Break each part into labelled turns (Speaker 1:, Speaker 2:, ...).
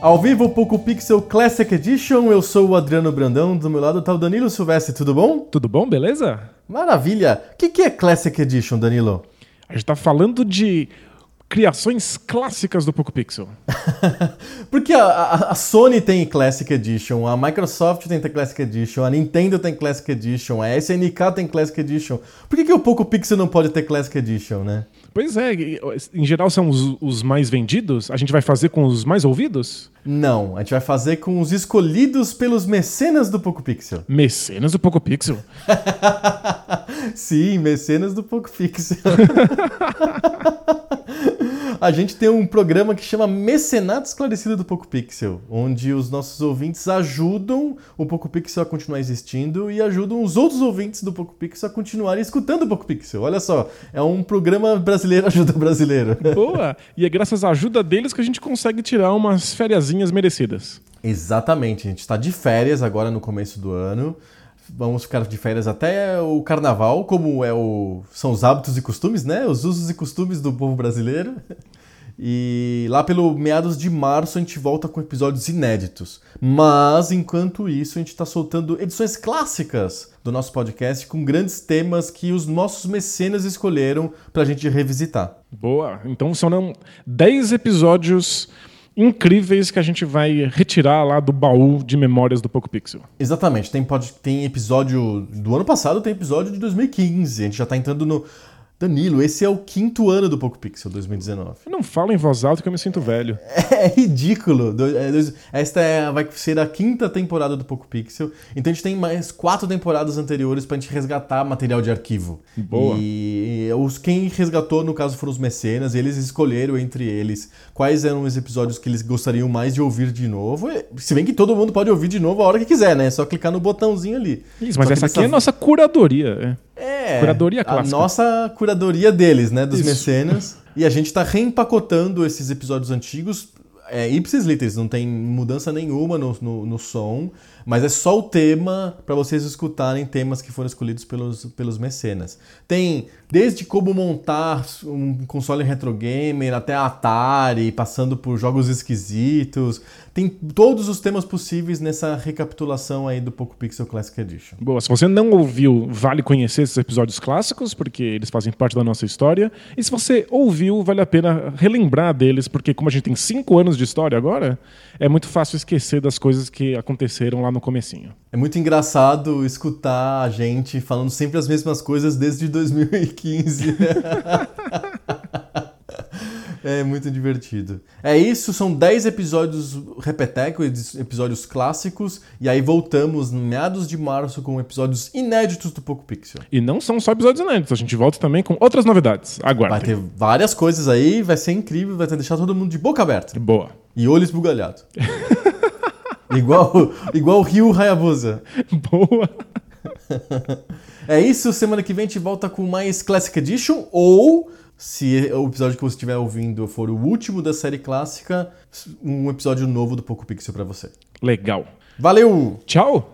Speaker 1: Ao vivo, Poco Pixel Classic Edition, eu sou o Adriano Brandão, do meu lado tá o Danilo Silvestre, tudo bom?
Speaker 2: Tudo bom, beleza?
Speaker 1: Maravilha! O que, que é Classic Edition, Danilo?
Speaker 2: A gente tá falando de criações clássicas do Poco Pixel.
Speaker 1: Porque a, a- a Sony tem Classic Edition, a Microsoft tem Classic Edition, a Nintendo tem Classic Edition, a SNK tem Classic Edition. Por que, que o Poco Pixel não pode ter Classic Edition, né?
Speaker 2: Pois é, e, em geral são os, os mais vendidos, a gente vai fazer com os mais ouvidos?
Speaker 1: Não, a gente vai fazer com os escolhidos pelos mecenas do Poco Pixel.
Speaker 2: Mecenas do Poco Pixel.
Speaker 1: Sim, mecenas do Poco Pixel. A gente tem um programa que chama Mecenato Esclarecido do Poco Pixel, onde os nossos ouvintes ajudam o Poco Pixel a continuar existindo e ajudam os outros ouvintes do Poco Pixel a continuarem escutando o Poco Pixel. Olha só, é um programa brasileiro ajuda brasileiro.
Speaker 2: Boa! E é graças à ajuda deles que a gente consegue tirar umas fériasinhas merecidas.
Speaker 1: Exatamente, a gente está de férias agora no começo do ano. Vamos ficar de férias até o carnaval, como é o... são os hábitos e costumes, né? Os usos e costumes do povo brasileiro. E lá pelo meados de março a gente volta com episódios inéditos. Mas enquanto isso, a gente está soltando edições clássicas do nosso podcast com grandes temas que os nossos mecenas escolheram para a gente revisitar.
Speaker 2: Boa! Então são 10 episódios incríveis que a gente vai retirar lá do baú de memórias do Poco Pixel.
Speaker 1: Exatamente, tem, pod- tem episódio do ano passado, tem episódio de 2015. A gente já tá entrando no. Danilo, esse é o quinto ano do Poco Pixel 2019.
Speaker 2: Eu não falo em voz alta que eu me sinto velho.
Speaker 1: É ridículo. Do- é, dois- Esta é- vai ser a quinta temporada do Poco Pixel. Então a gente tem mais quatro temporadas anteriores pra gente resgatar material de arquivo.
Speaker 2: Boa.
Speaker 1: E os, quem resgatou, no caso, foram os mecenas. E eles escolheram entre eles quais eram os episódios que eles gostariam mais de ouvir de novo. E- Se bem que todo mundo pode ouvir de novo a hora que quiser, né? É só clicar no botãozinho ali.
Speaker 2: Isso,
Speaker 1: Só
Speaker 2: mas
Speaker 1: que
Speaker 2: essa aqui
Speaker 1: dessa
Speaker 2: é a nossa curadoria. é.
Speaker 1: é,
Speaker 2: Curadoria
Speaker 1: A
Speaker 2: clássica.
Speaker 1: nossa curadoria deles, né? Dos
Speaker 2: Isso.
Speaker 1: mecenas. E a gente tá reempacotando esses episódios antigos. É ipsis literis, não tem mudança nenhuma no, no, no som, mas é só o tema pra vocês escutarem temas que foram escolhidos pelos, pelos mecenas. Tem desde como montar um console retro gamer até Atari, passando por jogos esquisitos. Tem todos os temas possíveis nessa recapitulação aí do Poco Pixel Classic Edition.
Speaker 2: Boa, se você não ouviu, vale conhecer esses episódios clássicos, porque eles fazem parte da nossa história. E se você ouviu, vale a pena relembrar deles, porque como a gente tem cinco anos de história agora, é muito fácil esquecer das coisas que aconteceram lá no comecinho.
Speaker 1: É muito engraçado escutar a gente falando sempre as mesmas coisas desde 2015. é muito divertido. É isso, são 10 episódios repeteco, edi- episódios clássicos, e aí voltamos em meados de março com episódios inéditos do Poco Pixel.
Speaker 2: E não são só episódios inéditos, a gente volta também com outras novidades.
Speaker 1: Vai
Speaker 2: Aguardem.
Speaker 1: ter várias coisas aí, vai ser incrível, vai ter deixar todo mundo de boca aberta
Speaker 2: Boa.
Speaker 1: e olho esbugalhado. igual, igual o Rio Hayabusa.
Speaker 2: Boa.
Speaker 1: É isso, semana que vem a gente volta com mais Classic Edition, ou se o episódio que você estiver ouvindo for o último da série clássica, um episódio novo do Poco Pixel pra você.
Speaker 2: Legal.
Speaker 1: Valeu!
Speaker 2: Tchau.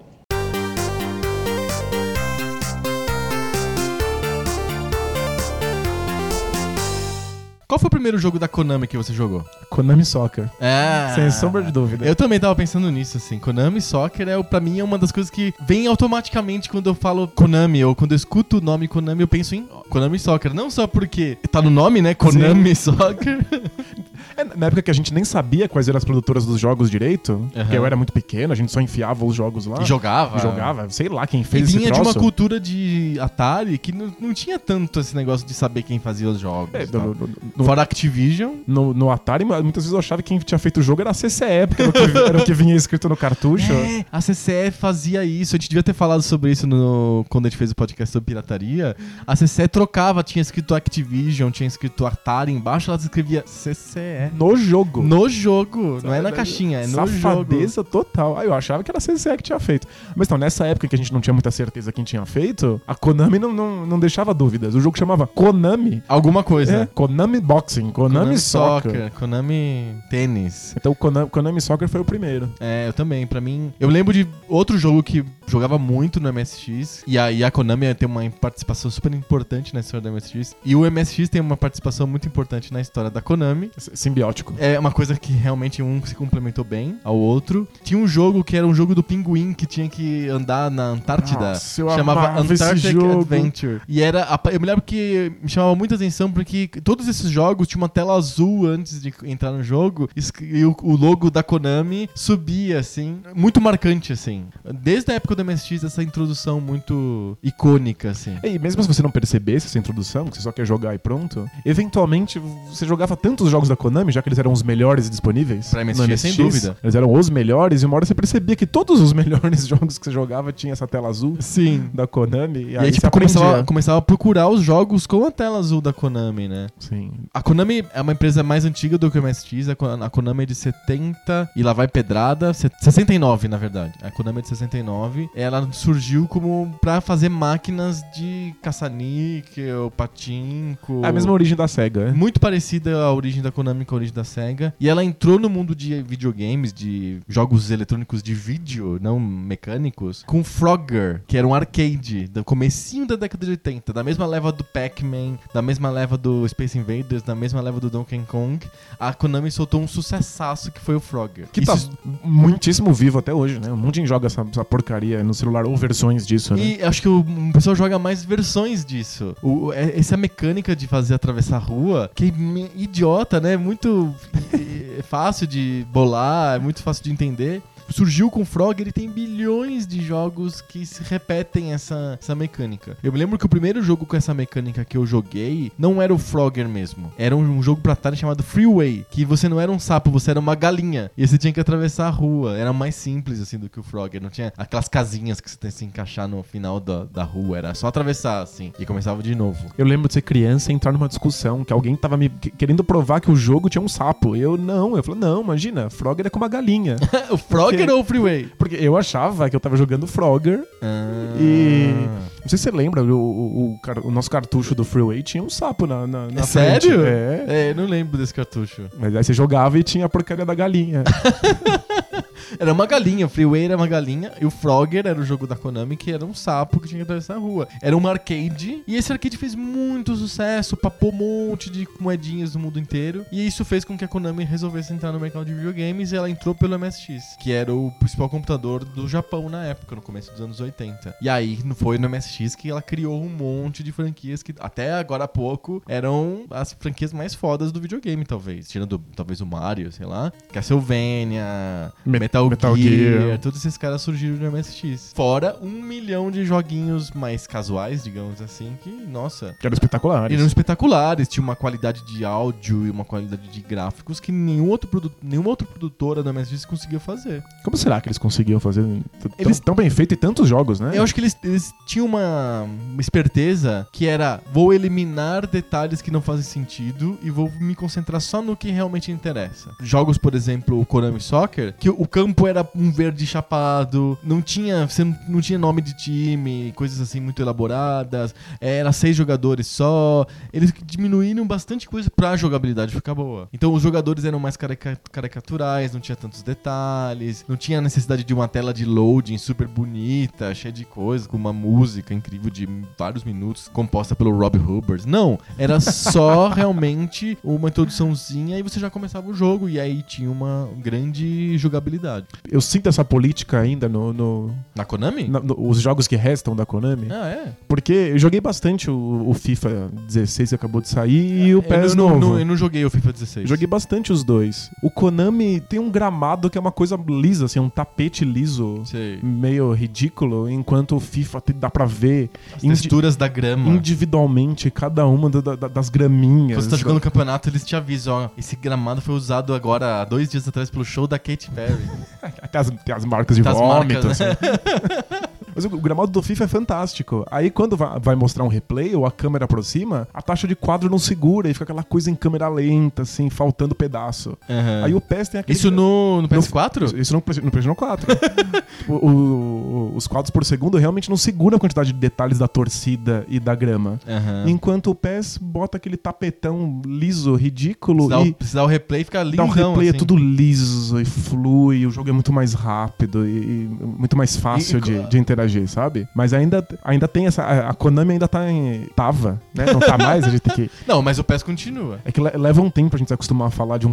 Speaker 1: Qual foi o primeiro jogo da Konami que você jogou?
Speaker 3: Konami Soccer,
Speaker 1: É.
Speaker 3: sem sombra de dúvida.
Speaker 1: Eu também tava pensando nisso, assim. Konami Soccer é, pra mim, é uma das coisas que vem automaticamente quando eu falo Konami, ou quando eu escuto o nome Konami, eu penso em Konami Soccer. Não só porque tá no nome, né? Konami Soccer.
Speaker 3: É,
Speaker 2: na época que a gente nem sabia quais eram as produtoras dos jogos direito, porque eu era muito pequeno, a gente só enfiava os jogos lá.
Speaker 1: E jogava.
Speaker 2: E jogava, sei lá quem
Speaker 1: E
Speaker 2: fez esse
Speaker 1: vinha de uma
Speaker 2: troço.
Speaker 1: cultura de Atari que não, não tinha tanto esse negócio de saber quem fazia os jogos.
Speaker 2: É,
Speaker 1: e tal.
Speaker 2: do- do- do-
Speaker 1: Fora Activision,
Speaker 2: no, no Atari, mu- muitas vezes eu achava que quem tinha feito o jogo era a CCE, porque era o que, era o que vinha escrito no cartucho.
Speaker 1: É, a CCE fazia isso. A gente devia ter falado sobre isso no- quando a gente fez o podcast sobre pirataria. A CCE trocava, tinha escrito Activision, tinha escrito Atari embaixo, ela escrevia CCE.
Speaker 2: No jogo.
Speaker 1: No jogo, não é na caixinha, é no jogo.
Speaker 2: Safadeza total. Ah, eu achava que era a CCE que tinha feito. Mas então, nessa época que a gente não tinha muita certeza quem tinha feito, a Konami não, não, não deixava dúvidas. O jogo chamava Konami.
Speaker 1: Alguma
Speaker 2: É,
Speaker 1: coisa.
Speaker 2: Konami Boxing, Konami, Soccer.
Speaker 1: Konami Tênis.
Speaker 2: Então o Konami, Konami Soccer foi o primeiro.
Speaker 1: É, eu também, pra mim. Eu lembro de outro jogo que jogava muito no MSX. E aí a Konami tem uma participação super importante na história do MSX. E o MSX tem uma participação muito importante na história da Konami.
Speaker 2: S- Simbiótico.
Speaker 1: É uma coisa que realmente um se complementou bem ao outro. Tinha um jogo que era um jogo do pinguim que tinha que andar na Antártida.
Speaker 2: Nossa, eu
Speaker 1: chamava
Speaker 2: amava esse
Speaker 1: Antarctic
Speaker 2: jogo.
Speaker 1: Adventure. E era. a pa- Eu me lembro que me chamava muita atenção porque todos esses jogos tinham uma tela azul antes de entrar no jogo es- e o, o logo da Konami subia, assim. Muito marcante, assim. Desde a época do MSX, essa introdução muito icônica, assim.
Speaker 2: E mesmo se você não percebesse essa introdução, que você só quer jogar e pronto, eventualmente você jogava tantos jogos da Konami, já que eles eram os melhores disponíveis.
Speaker 1: Pra MSX,
Speaker 2: no
Speaker 1: sem dúvida.
Speaker 2: Eles eram os melhores, e uma hora você percebia que todos os melhores jogos que você jogava tinha essa tela azul
Speaker 1: Sim.
Speaker 2: da Konami. E,
Speaker 1: E
Speaker 2: aí,
Speaker 1: aí,
Speaker 2: você
Speaker 1: tipo,
Speaker 2: aprendia.
Speaker 1: começava, começava a procurar os jogos com a tela azul da Konami, né?
Speaker 2: Sim.
Speaker 1: A Konami é uma empresa mais antiga do que o MSX. A Kon- a Konami é de 70 e lá vai pedrada. se- 69, na verdade. A Konami é de 69. Ela surgiu como pra fazer máquinas de caça-níquel, patinco.
Speaker 2: É a mesma origem da SEGA, né?
Speaker 1: Muito parecida à origem da Konami com a origem da SEGA. E ela entrou no mundo de videogames, de jogos eletrônicos de vídeo, não mecânicos, com Frogger, que era um arcade do comecinho da década de 80, da mesma leva do Pac-Man, da mesma leva do Space Invaders, da mesma leva do Donkey Kong. A Konami soltou um sucessaço que foi o Frogger.
Speaker 2: Que
Speaker 1: Isso-
Speaker 2: tá muitíssimo vivo até hoje, né? Um monte de gente joga essa, essa porcaria no celular ou versões disso, né?
Speaker 1: E acho que o o pessoal joga mais versões disso. O, o- é- essa mecânica de fazer atravessar a rua, que é me- idiota, né? Muito é fácil de bolar, é muito fácil de entender. Surgiu com o Frog, ele tem bilhões de jogos que se repetem essa, essa mecânica. Eu me lembro que o primeiro jogo com essa mecânica que eu joguei não era o Frogger mesmo. Era um, um jogo pra Atari chamado Freeway, que você não era um sapo, você era uma galinha. E você tinha que atravessar a rua. Era mais simples assim do que o Frogger. Não tinha aquelas casinhas que você tem que se encaixar no final da, da rua. Era só atravessar assim. E começava de novo.
Speaker 2: Eu lembro de ser criança e entrar numa discussão que alguém tava me que- querendo provar que o jogo tinha um sapo. Eu não, eu falei, não, imagina, Frogger é com uma galinha.
Speaker 1: o Frogger ou o Freeway?
Speaker 2: Porque eu achava que eu tava jogando Frogger
Speaker 1: Ah.
Speaker 2: e. Não sei se você lembra, o, o- o car- o nosso cartucho do Freeway tinha um sapo na, na, na
Speaker 1: É
Speaker 2: frente.
Speaker 1: sério?
Speaker 2: É.
Speaker 1: É, eu não lembro desse cartucho.
Speaker 2: Mas aí você jogava e tinha a porcaria da galinha.
Speaker 1: Era uma galinha, o Freeway era uma galinha e o Frogger era o jogo da Konami que era um sapo que tinha que atravessar a rua. Era um arcade e esse arcade fez muito sucesso, papou um monte de moedinhas no mundo inteiro e isso fez com que a Konami resolvesse entrar no mercado de videogames e ela entrou pelo MSX, que era o principal computador do Japão na época, no começo dos anos 80. E aí no- foi no MSX que ela criou um monte de franquias que até agora há pouco eram as franquias mais fodas do videogame, talvez. Tirando talvez o Mario, sei lá. Castlevania,
Speaker 2: Met-
Speaker 1: Metal,
Speaker 2: Metal
Speaker 1: Gear,
Speaker 2: Gear.
Speaker 1: todos esses caras surgiram no MSX. Fora um milhão de joguinhos mais casuais, digamos assim, que, nossa.
Speaker 2: Que era espetacular.
Speaker 1: Eram espetaculares, tinha uma qualidade de áudio e uma qualidade de gráficos que nenhum outro produ- nenhuma outra produtora do MSX conseguia fazer.
Speaker 2: Como será que eles conseguiam fazer t- tão-
Speaker 1: Eles-
Speaker 2: tão bem feito e tantos jogos, né?
Speaker 1: Eu acho que eles, eles tinham uma, uma esperteza que era: vou eliminar detalhes que não fazem sentido e vou me concentrar só no que realmente interessa. Jogos, por exemplo, o Konami Soccer, que o campo era um verde chapado, não tinha, você não- não tinha nome de time, coisas assim muito elaboradas, era seis jogadores só. Eles diminuíram bastante coisa pra jogabilidade ficar boa. Então os jogadores eram mais carica- caricaturais, não tinha tantos detalhes, não tinha a necessidade de uma tela de loading super bonita, cheia de coisa, com uma música incrível de vários minutos, composta pelo Rob Hubbard. Não, era só realmente uma introduçãozinha e você já começava o jogo. E aí tinha uma grande jogabilidade. verdade.
Speaker 2: Eu sinto essa política ainda no, no-
Speaker 1: Na Konami?
Speaker 2: na- no- os jogos que restam da Konami.
Speaker 1: Ah, é.
Speaker 2: Porque eu joguei bastante o, o FIFA 16 que acabou de sair e o PES
Speaker 1: eu, não-
Speaker 2: novo.
Speaker 1: não- eu não joguei o FIFA 16.
Speaker 2: Joguei bastante os dois. O Konami tem um gramado que é uma coisa lisa, assim, um tapete liso,
Speaker 1: Sei.
Speaker 2: meio ridículo, enquanto o FIFA te- dá pra ver
Speaker 1: As
Speaker 2: indi-
Speaker 1: texturas da grama.
Speaker 2: individualmente cada uma da- da- das
Speaker 1: Se
Speaker 2: graminhas.
Speaker 1: você tá jogando o campeonato, eles te avisam, ó. Esse gramado foi usado agora há dois dias atrás pelo show da Katy Perry.
Speaker 2: Tem as, tem as marcas de
Speaker 1: Tem as
Speaker 2: vômito.
Speaker 1: marcas, né?
Speaker 2: assim. Mas o o gramado do FIFA é fantástico. Aí quando va- vai mostrar um replay ou a câmera aproxima, a taxa de quadro não segura e fica aquela coisa em câmera lenta, assim, faltando pedaço.
Speaker 1: Aham.
Speaker 2: Aí o PES tem aquele...
Speaker 1: É. Isso no, no
Speaker 2: Isso-
Speaker 1: PS4?
Speaker 2: Isso no Play- no PlayStation 4. Tipo, o- o- os quadros por segundo realmente não segura a quantidade de detalhes da torcida e da grama.
Speaker 1: Aham.
Speaker 2: Enquanto o PES bota aquele tapetão liso, ridículo
Speaker 1: Se dá,
Speaker 2: e
Speaker 1: o, se dá o replay, fica
Speaker 2: dá
Speaker 1: lindão,
Speaker 2: um replay é
Speaker 1: assim.
Speaker 2: tudo liso e flui, o jogo é muito mais rápido e, e muito mais
Speaker 1: E-
Speaker 2: fácil
Speaker 1: e-
Speaker 2: de, de interagir, sabe? Mas ainda, ainda tem essa. A a Konami ainda tá em. Tava, né? Não tá mais, a gente tem que.
Speaker 1: Não, mas o PES continua.
Speaker 2: É que le- leva um tempo pra gente se acostumar a falar de um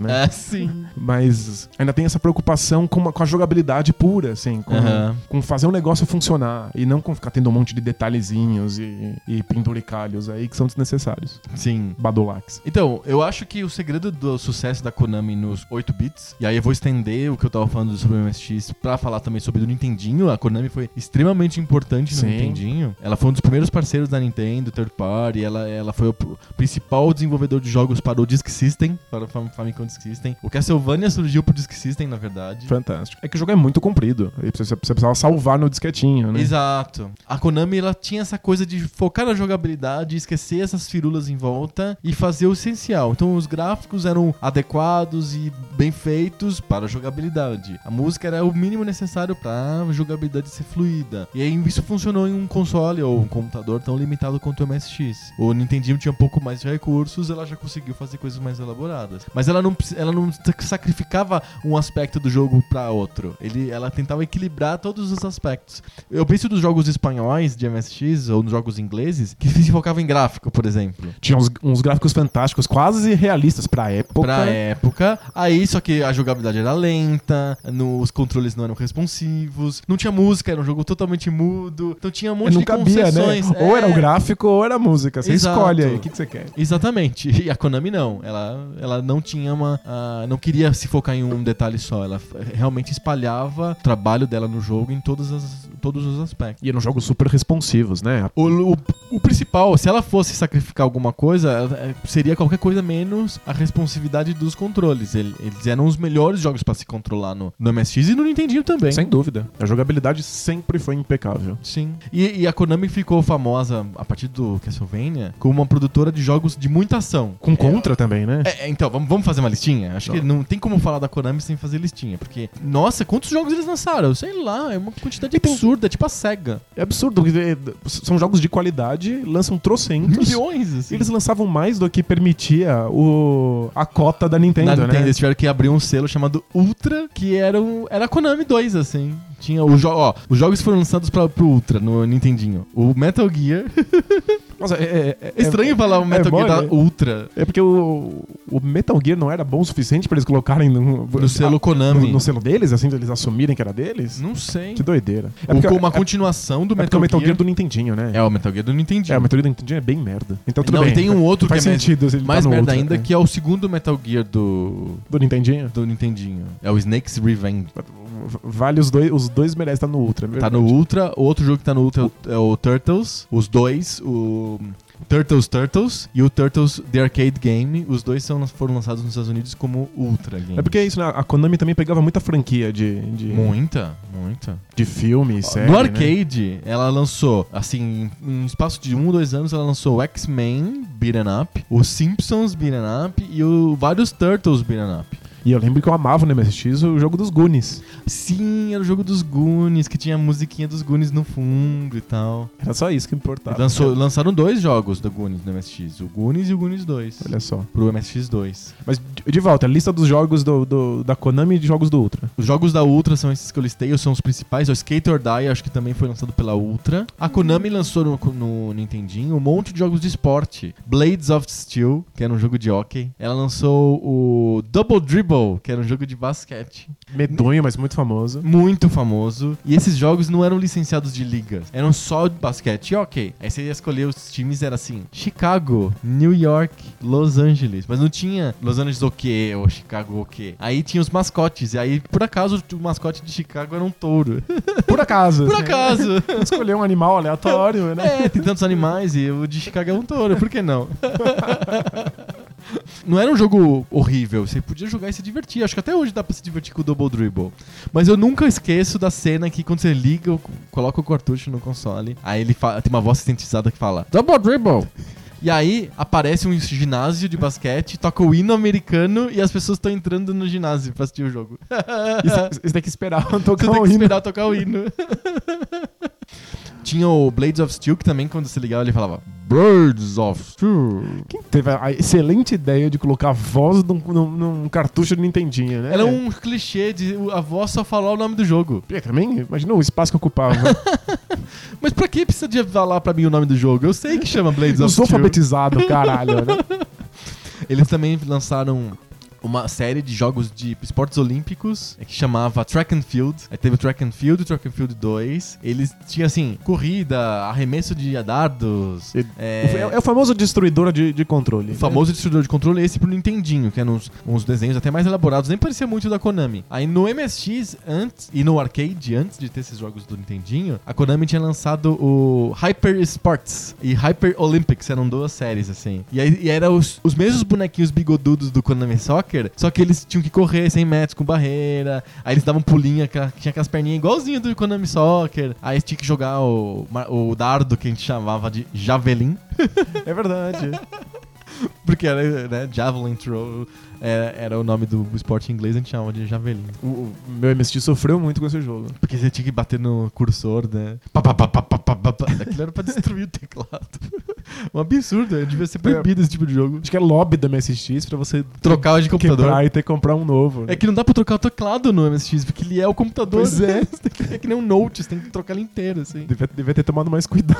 Speaker 2: né?
Speaker 1: É, sim.
Speaker 2: Mas ainda tem essa preocupação com, uma- com a jogabilidade pura, assim, com,
Speaker 1: Aham.
Speaker 2: com fazer um negócio funcionar e não com ficar tendo um monte de detalhezinhos e, e penduricalhos aí que são desnecessários.
Speaker 1: Sim.
Speaker 2: Badulax.
Speaker 1: Então, eu acho que o segredo do sucesso da Konami nos 8 bits, e aí eu vou estender o que eu tava falando sobre o MSX pra falar também sobre o Nintendinho. A Konami foi extremamente importante no
Speaker 2: Sim.
Speaker 1: Nintendinho. Ela foi um dos primeiros parceiros da Nintendo, third party, ela, ela foi o pr- principal desenvolvedor de jogos para o Disk System, para o Fam- Famicom Disk System. O Castlevania surgiu pro Disk System, na verdade.
Speaker 2: Fantástico. É que o jogo é muito comprido. E você, você precisava salvar no disquetinho, né?
Speaker 1: Exato. A Konami ela tinha essa coisa de focar na jogabilidade, esquecer essas firulas em volta e fazer o essencial. Então os gráficos eram adequados e bem feitos para a jogabilidade. A música era o mínimo necessário para a jogabilidade ser fluida. E aí isso funcionou em um console ou um computador tão limitado quanto o MSX. O Nintendinho tinha um pouco mais de recursos, ela já conseguiu fazer coisas mais elaboradas. Mas ela não, precis- ela não sac- sacrificava um aspecto do jogo para outro. Ele, ela tentava equilibrar todos os aspectos. Eu penso nos jogos espanhóis de MSX ou nos jogos ingleses que se focavam em gráfico, por exemplo.
Speaker 2: Tinha uns, uns gráficos fantásticos, quase realistas pra época.
Speaker 1: Pra época, aí só que a jogabilidade era lenta, no- os controles não eram responsivos, não tinha música, era um jogo totalmente mudo, então tinha um monte
Speaker 2: não
Speaker 1: de
Speaker 2: cabia, né?
Speaker 1: concessões.
Speaker 2: Ou era o
Speaker 1: É.
Speaker 2: gráfico ou era a música. Você
Speaker 1: Exato.
Speaker 2: escolhe aí o que, que você quer.
Speaker 1: Exatamente. E a Konami não. Ela, ela não tinha uma. ah, não queria se focar em um detalhe só. Ela f- realmente espalhava o trabalho dela no jogo em todas as, todos os aspectos.
Speaker 2: E eram jogos super responsivos, né?
Speaker 1: O, o, o principal, se ela fosse sacrificar alguma coisa, ela, eh, seria qualquer coisa menos a responsividade dos controles. Ele- Eles eram os melhores jogos pra se controlar no, no MSX e no Nintendinho também.
Speaker 2: Sem dúvida. A jogabilidade sempre foi impecável.
Speaker 1: Sim. E, e a Konami ficou famosa, a partir do Castlevania, como uma produtora de jogos de muita ação.
Speaker 2: Com contra também, né?
Speaker 1: É, é, então, vamos, vamos fazer uma listinha? Acho
Speaker 2: Tá.
Speaker 1: que não tem como falar da Konami sem fazer listinha, porque, nossa, quantos jogos eles lançaram? Sei lá, é uma quantidade
Speaker 2: E tem-
Speaker 1: absurda, tipo a SEGA.
Speaker 2: É absurdo. porque, é, São jogos de qualidade, lançam trocentos.
Speaker 1: Milhões,
Speaker 2: E
Speaker 1: assim.
Speaker 2: Eles lançavam mais do que permitia o, a cota da Nintendo,
Speaker 1: Na Nintendo,
Speaker 2: né?
Speaker 1: eles tiveram que abrir um selo chamado Ultra, que era, um, era a Konami 2, assim. Tinha o jo ó, os jogos foram lançados pra, pro Ultra, no Nintendinho. O Metal Gear.
Speaker 2: Nossa, é, é- é-
Speaker 1: É estranho falar o Metal
Speaker 2: mole,
Speaker 1: Gear
Speaker 2: né?
Speaker 1: da Ultra
Speaker 2: É porque o, o Metal Gear não era bom o suficiente pra eles colocarem no,
Speaker 1: no selo
Speaker 2: a-
Speaker 1: Konami.
Speaker 2: no, no selo deles, assim, eles assumirem que era deles?
Speaker 1: Não sei.
Speaker 2: Que doideira. É
Speaker 1: Ou
Speaker 2: porque,
Speaker 1: com uma
Speaker 2: é-
Speaker 1: continuação do
Speaker 2: é porque
Speaker 1: Metal,
Speaker 2: o Metal Gear
Speaker 1: Gear.
Speaker 2: do Nintendinho, né?
Speaker 1: É, o Metal Gear do Nintendinho.
Speaker 2: É, o Metal Gear do Nintendinho é bem merda. Então tudo
Speaker 1: não,
Speaker 2: bem.
Speaker 1: e tem um outro
Speaker 2: Faz
Speaker 1: que é merda.
Speaker 2: sentido se ele tá
Speaker 1: Mais
Speaker 2: no
Speaker 1: merda
Speaker 2: outro,
Speaker 1: ainda,
Speaker 2: é.
Speaker 1: que é o segundo Metal Gear do,
Speaker 2: Do Nintendinho?
Speaker 1: do Nintendinho. É o Snake's Revenge.
Speaker 2: Vale os dois, os dois merecem estar no Ultra. é
Speaker 1: Tá
Speaker 2: verdade.
Speaker 1: no Ultra, o outro jogo que tá no Ultra é o- é o Turtles, os dois, o Turtles Turtles e o Turtles The Arcade Game. Os dois são, foram lançados nos Estados Unidos como Ultra Game.
Speaker 2: É porque é isso, né? A Konami também pegava muita franquia de, de,
Speaker 1: Muita, muita.
Speaker 2: de filme, série.
Speaker 1: no
Speaker 2: né?
Speaker 1: arcade, ela lançou, assim, em um espaço de um ou dois anos, ela lançou o X-Men Beat'em Up, o Simpsons Beat'em Up e o, vários Turtles Beat'em Up.
Speaker 2: E eu lembro que eu amava no MSX o jogo dos Goonies.
Speaker 1: Sim, era o jogo dos Goonies, que tinha a musiquinha dos Goonies no fundo e tal.
Speaker 2: Era só isso que importava.
Speaker 1: Lançou- lançaram dois jogos do Goonies no MSX, o Goonies e o Goonies 2.
Speaker 2: Olha só.
Speaker 1: Pro MSX2.
Speaker 2: Mas, de de volta, a lista dos jogos do, do- da Konami e de jogos do Ultra.
Speaker 1: Os jogos da Ultra são esses que eu listei, são os principais. é O Skate or Die, acho que também foi lançado pela Ultra. A Konami lançou no, no Nintendinho um monte de jogos de esporte. Blades of Steel, que era um jogo de hockey. Ela lançou o Double Drib Basketball, que era um jogo de basquete.
Speaker 4: Medonho, mas muito famoso.
Speaker 1: Muito famoso. E esses jogos não eram licenciados de ligas, eram só de basquete. E ok. Aí você ia escolher os times, era assim: Chicago, New York, Los Angeles. Mas não tinha Los Angeles o quê? Ou Chicago o quê? Aí tinha os mascotes. E aí, por acaso, o mascote de Chicago era um touro.
Speaker 4: É, Por acaso.
Speaker 1: Por acaso.
Speaker 4: Escolher um animal aleatório, né?
Speaker 1: É, tem tantos animais e o de Chicago é um touro, por que não? Não era um jogo horrível, você podia jogar e se divertir. Acho que até hoje dá pra se divertir com o Double Dribble. Mas eu nunca esqueço da cena que quando você liga, o- coloca o cartucho no console, aí ele fa- tem uma voz sintetizada que fala:
Speaker 4: Double Dribble.
Speaker 1: e aí aparece um ginásio de basquete, toca o hino americano e as pessoas estão entrando no ginásio pra assistir o jogo.
Speaker 4: Isso, isso tem que esperar
Speaker 1: Você
Speaker 4: tocar
Speaker 1: tem
Speaker 4: o
Speaker 1: que
Speaker 4: hino.
Speaker 1: esperar tocar o hino. Tinha o Blades of Steel, que também quando você ligava ele falava Birds of Steel.
Speaker 4: Quem teve a excelente ideia de colocar a voz num, num- num cartucho de Nintendinho, né?
Speaker 1: Era um clichê de a voz só falar o nome do jogo.
Speaker 4: É, também, imagina o espaço que ocupava.
Speaker 1: Mas pra que precisa de falar pra mim o nome do jogo? Eu sei que chama Blades
Speaker 4: Eu
Speaker 1: of
Speaker 4: sou
Speaker 1: Steel.
Speaker 4: alfabetizado, caralho. Né?
Speaker 1: Eles também lançaram uma série de jogos de esportes olímpicos é, que chamava Track and Field. Aí teve o Track and Field, o Track and Field 2. Eles tinham, assim, corrida, arremesso de dardos.
Speaker 4: E-
Speaker 1: é,
Speaker 4: É, é o famoso destruidor de, de controle.
Speaker 1: O
Speaker 2: né?
Speaker 1: famoso distribuidor de controle, é esse pro Nintendinho, que eram uns, uns desenhos até mais elaborados, nem parecia muito da Konami. Aí no MSX antes, e no arcade, antes de ter esses jogos do Nintendinho, a Konami tinha lançado o Hyper Sports e Hyper Olympics, eram duas séries, assim. E aí e eram os, os mesmos bonequinhos bigodudos do Konami Soccer, só que eles tinham que correr 100 metros com barreira, aí eles davam pulinha, aquela- tinha aquelas perninhas igualzinho do Konami Soccer, aí tinha que jogar o, ma- o dardo, que a gente chamava de Javelin.
Speaker 4: É verdade.
Speaker 1: Porque era, né, Javelin Throw era, era o nome do esporte em inglês, a gente chamava de Javelin.
Speaker 4: O, o meu MST sofreu muito com esse jogo.
Speaker 1: Porque você tinha que bater no cursor, né? Pá, pá, pá, pá, pá, pá, pá, pá. Aquilo era pra destruir o teclado. Um absurdo, né? devia ser proibido esse tipo de jogo.
Speaker 4: Acho que é lobby do MSX pra você
Speaker 1: Trocar de computador.
Speaker 4: quebrar e ter que comprar um novo. né?
Speaker 1: É que não dá pra trocar o teclado no MSX, porque ele é o computador.
Speaker 4: Pois é.
Speaker 1: Você tem que- é que nem um Note, você tem que trocar ele inteiro, assim.
Speaker 4: Devia, devia ter tomado mais cuidado.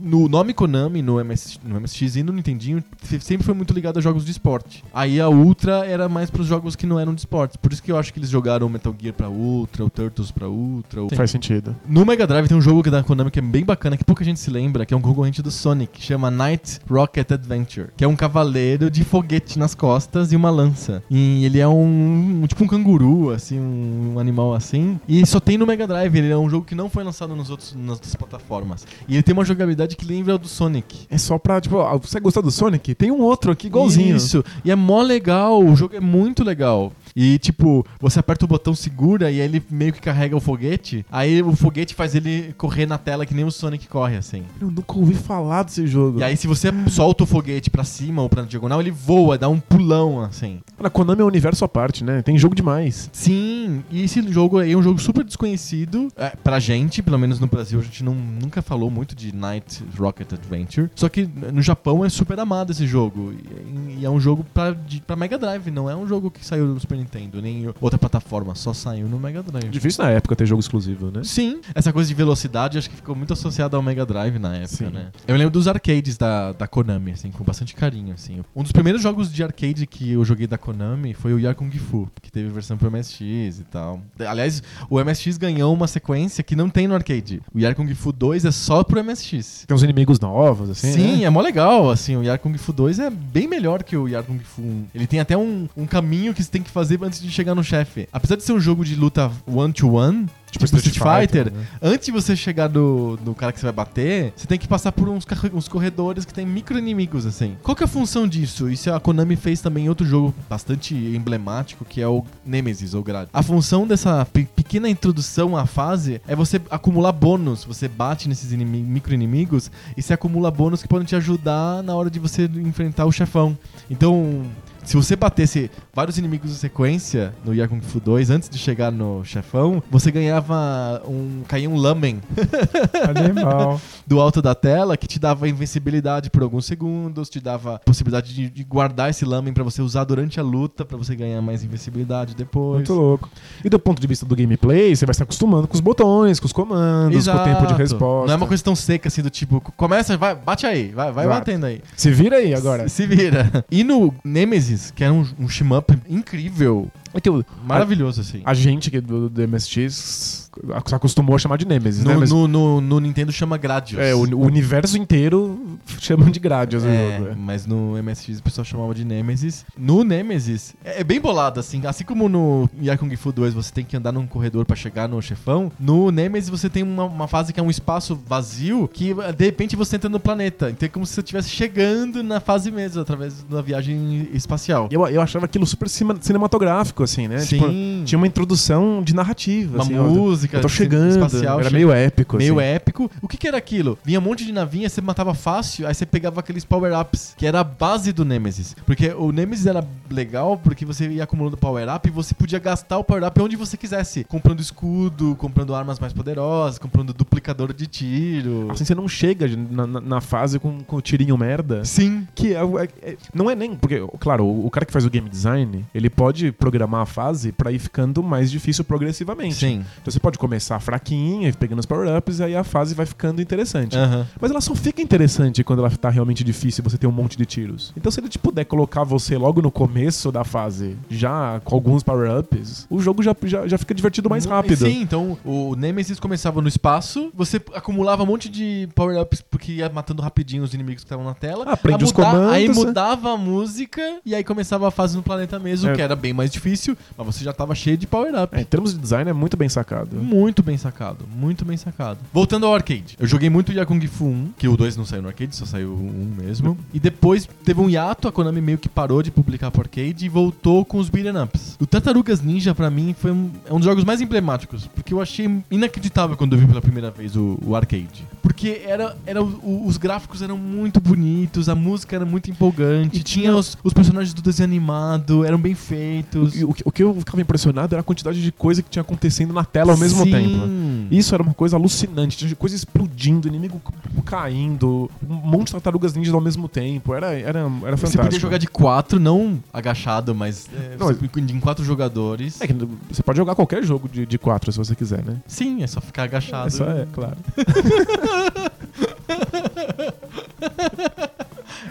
Speaker 1: no nome Konami, no, MS, no MSX e no Nintendinho, se- sempre foi muito ligado a jogos de esporte. Aí a Ultra era mais pros jogos que não eram de esporte. Por isso que eu acho que eles jogaram o Metal Gear pra Ultra, o Turtles pra Ultra. o-
Speaker 4: Faz sentido.
Speaker 1: No Mega Drive tem um jogo que é da Konami que é bem bacana, que pouca gente se lembra, que é um concorrente do Sonic, que chama Night Rocket Adventure, que é um cavaleiro de foguete nas costas e uma lança. E ele é um, um- tipo um canguru, assim, um, um animal assim. E só tem no Mega Drive, ele é um jogo que não foi lançado nos outros, nas outras plataformas. E ele tem uma jogabilidade que lembra a do Sonic.
Speaker 4: É só pra, tipo, ah, você gostou do Sonic? Tem um outro aqui igualzinho.
Speaker 1: Isso. E é mó legal, o jogo é muito legal. E tipo, você aperta o botão segura e aí ele meio que carrega o foguete. Aí o foguete faz ele correr na tela que nem o Sonic corre, assim.
Speaker 4: Eu nunca ouvi falar desse jogo.
Speaker 1: E aí se você solta o foguete pra cima ou pra diagonal, ele voa, dá um pulão, assim.
Speaker 4: Cara, Konami é um universo à parte, né? Tem jogo demais.
Speaker 1: Sim, e esse jogo aí é um jogo super desconhecido é, pra gente, pelo menos no Brasil, a gente não, nunca falou muito de Night Rocket Adventure. Só que no Japão é super amado esse jogo. E, e é um jogo pra, de- pra Mega Drive, não é um jogo que saiu no Super Nintendo, nem outra plataforma, só saiu no Mega Drive.
Speaker 4: Difícil na época ter jogo exclusivo, né?
Speaker 1: Sim, essa coisa de velocidade acho que ficou muito associada ao Mega Drive na
Speaker 4: Sim.
Speaker 1: época, né? Eu lembro dos arcades da, da Konami, assim, com bastante carinho, assim. Um dos primeiros jogos de arcade que eu joguei da Konami foi o Yakung Fu, que teve versão pro MSX e tal. Aliás, o MSX ganhou uma sequência que não tem no arcade. O Yakung Fu 2 é só pro MSX.
Speaker 4: Tem uns inimigos novos, assim.
Speaker 1: Sim,
Speaker 4: né?
Speaker 1: é mó legal, assim, o Yakung Fu 2 é bem melhor que o Yakung Fu 1. Ele tem até um, um caminho que você tem que fazer antes de chegar no chefe. Apesar de ser um jogo de luta one-to-one, tipo, Street Fighter,
Speaker 4: né?
Speaker 1: Antes de você chegar no, no cara que você vai bater, você tem que passar por uns, carre- uns corredores que tem micro inimigos, assim. Qual que é a função disso? Isso a Konami fez também em outro jogo bastante emblemático, que é o Nemesis, ou Grad. A função dessa pe- pequena introdução à fase é você acumular bônus. Você bate nesses inimi- micro inimigos e você acumula bônus que podem te ajudar na hora de você enfrentar o chefão. Então, se você batesse vários inimigos em sequência no Yakung Fu 2 antes de chegar no chefão, você ganhava um. caía um lamen
Speaker 4: né? Animal.
Speaker 1: do alto da tela que te dava invencibilidade por alguns segundos, te dava possibilidade de, de guardar esse lamen pra você usar durante a luta pra você ganhar mais invencibilidade depois.
Speaker 4: Muito louco. E do ponto de vista do gameplay, você vai se acostumando com os botões, com os comandos, com o tempo de resposta.
Speaker 1: Não é uma coisa tão seca assim do tipo, começa, vai, bate aí, vai, vai
Speaker 4: Exato.
Speaker 1: batendo aí.
Speaker 4: Se vira aí agora.
Speaker 1: Se vira. E no Nemesis, Crisis, que era um, um shmup incrível.
Speaker 2: Então,
Speaker 1: Maravilhoso, assim.
Speaker 2: a gente aqui do, do MSX se acostumou a chamar de Nemesis, né?
Speaker 1: No,
Speaker 2: Mas,
Speaker 1: no, no- no Nintendo chama Gradius.
Speaker 2: é, o, o universo inteiro chamam de Gradius
Speaker 1: É,
Speaker 2: o jogo. é.
Speaker 1: mas no MSX o pessoal chamava de Nemesis. No Nemesis, é é bem bolado, assim. Assim como no Yakung Fu 2 você tem que andar num corredor pra chegar no chefão, no Nemesis você tem uma, uma fase que é um espaço vazio que de repente você entra no planeta. Então é como se você estivesse chegando na fase mesmo, através da viagem espacial.
Speaker 2: Eu, eu achava aquilo super cima- cinematográfico, assim, né? Tipo, tinha uma introdução de narrativa,
Speaker 1: uma
Speaker 2: assim. ó,
Speaker 1: música
Speaker 2: eu tô
Speaker 1: cine-
Speaker 2: chegando.
Speaker 1: espacial.
Speaker 2: era
Speaker 1: che-
Speaker 2: meio épico,
Speaker 1: Meio
Speaker 2: assim.
Speaker 1: épico. O que que era aquilo? Vinha um monte de navinha, você matava fácil, aí você pegava aqueles power-ups, que era a base do Nemesis. Porque o Nemesis era legal porque você ia acumulando power-up e você podia gastar o power-up onde você quisesse. Comprando escudo, comprando armas mais poderosas, comprando duplicador de tiro.
Speaker 2: Assim, você não chega na, na- na fase com, com o tirinho merda.
Speaker 1: Sim.
Speaker 2: Que é, é- é- não é nem. Porque, claro, o, o cara que faz o game design, ele pode programar a fase pra ir ficando mais difícil progressivamente.
Speaker 1: Sim.
Speaker 2: Então você pode começar fraquinha, pegando os power-ups, aí a fase vai ficando interessante.
Speaker 1: Aham.
Speaker 2: Mas ela só fica interessante quando ela tá realmente difícil e você tem um monte de tiros. Então, se ele te puder colocar você logo no começo da fase, já com alguns power-ups, o jogo já, já, já fica divertido mais rápido.
Speaker 1: Sim, então o Nemesis começava no espaço, você acumulava um monte de power-ups porque ia matando rapidinho os inimigos que estavam na tela. Aí
Speaker 2: Aprende Ah, os
Speaker 1: muda-
Speaker 2: comandos,
Speaker 1: Aí
Speaker 2: né?
Speaker 1: mudava a música e aí começava a fase no planeta mesmo,
Speaker 2: É.
Speaker 1: que era bem mais difícil, mas você já tava cheio de power-up.
Speaker 2: É, em termos de design, é muito bem sacado.
Speaker 1: Muito bem sacado, muito bem sacado. Voltando ao arcade. Eu joguei muito Yakung Fu 1, que o 2 não saiu no arcade, só saiu o 1 mesmo. E depois teve um hiato, a Konami meio que parou de publicar pro arcade e voltou com os beat'em ups. O Tartarugas Ninja, pra mim, foi um, é um dos jogos mais emblemáticos, porque eu achei inacreditável quando eu vi pela primeira vez o, o arcade. Porque era, era o- o- os gráficos eram muito bonitos, a música era muito empolgante,
Speaker 2: E
Speaker 1: tinha os, os personagens do desenho animado, eram bem feitos.
Speaker 2: E o, que- o que eu ficava impressionado era a quantidade de coisa que tinha acontecendo na tela ao mesmo
Speaker 1: Sim.
Speaker 2: tempo. né? Isso era uma coisa alucinante, tinha coisa explodindo, inimigo caindo, um monte de tartarugas ninjas ao mesmo tempo. Era, era, era fantástico.
Speaker 1: Você podia jogar de quatro, não agachado, mas é,
Speaker 2: Não,
Speaker 1: você- em quatro jogadores.
Speaker 2: É que você pode jogar qualquer jogo de, de quatro se você quiser, né?
Speaker 1: Sim, é só ficar agachado.
Speaker 2: É só- é, claro.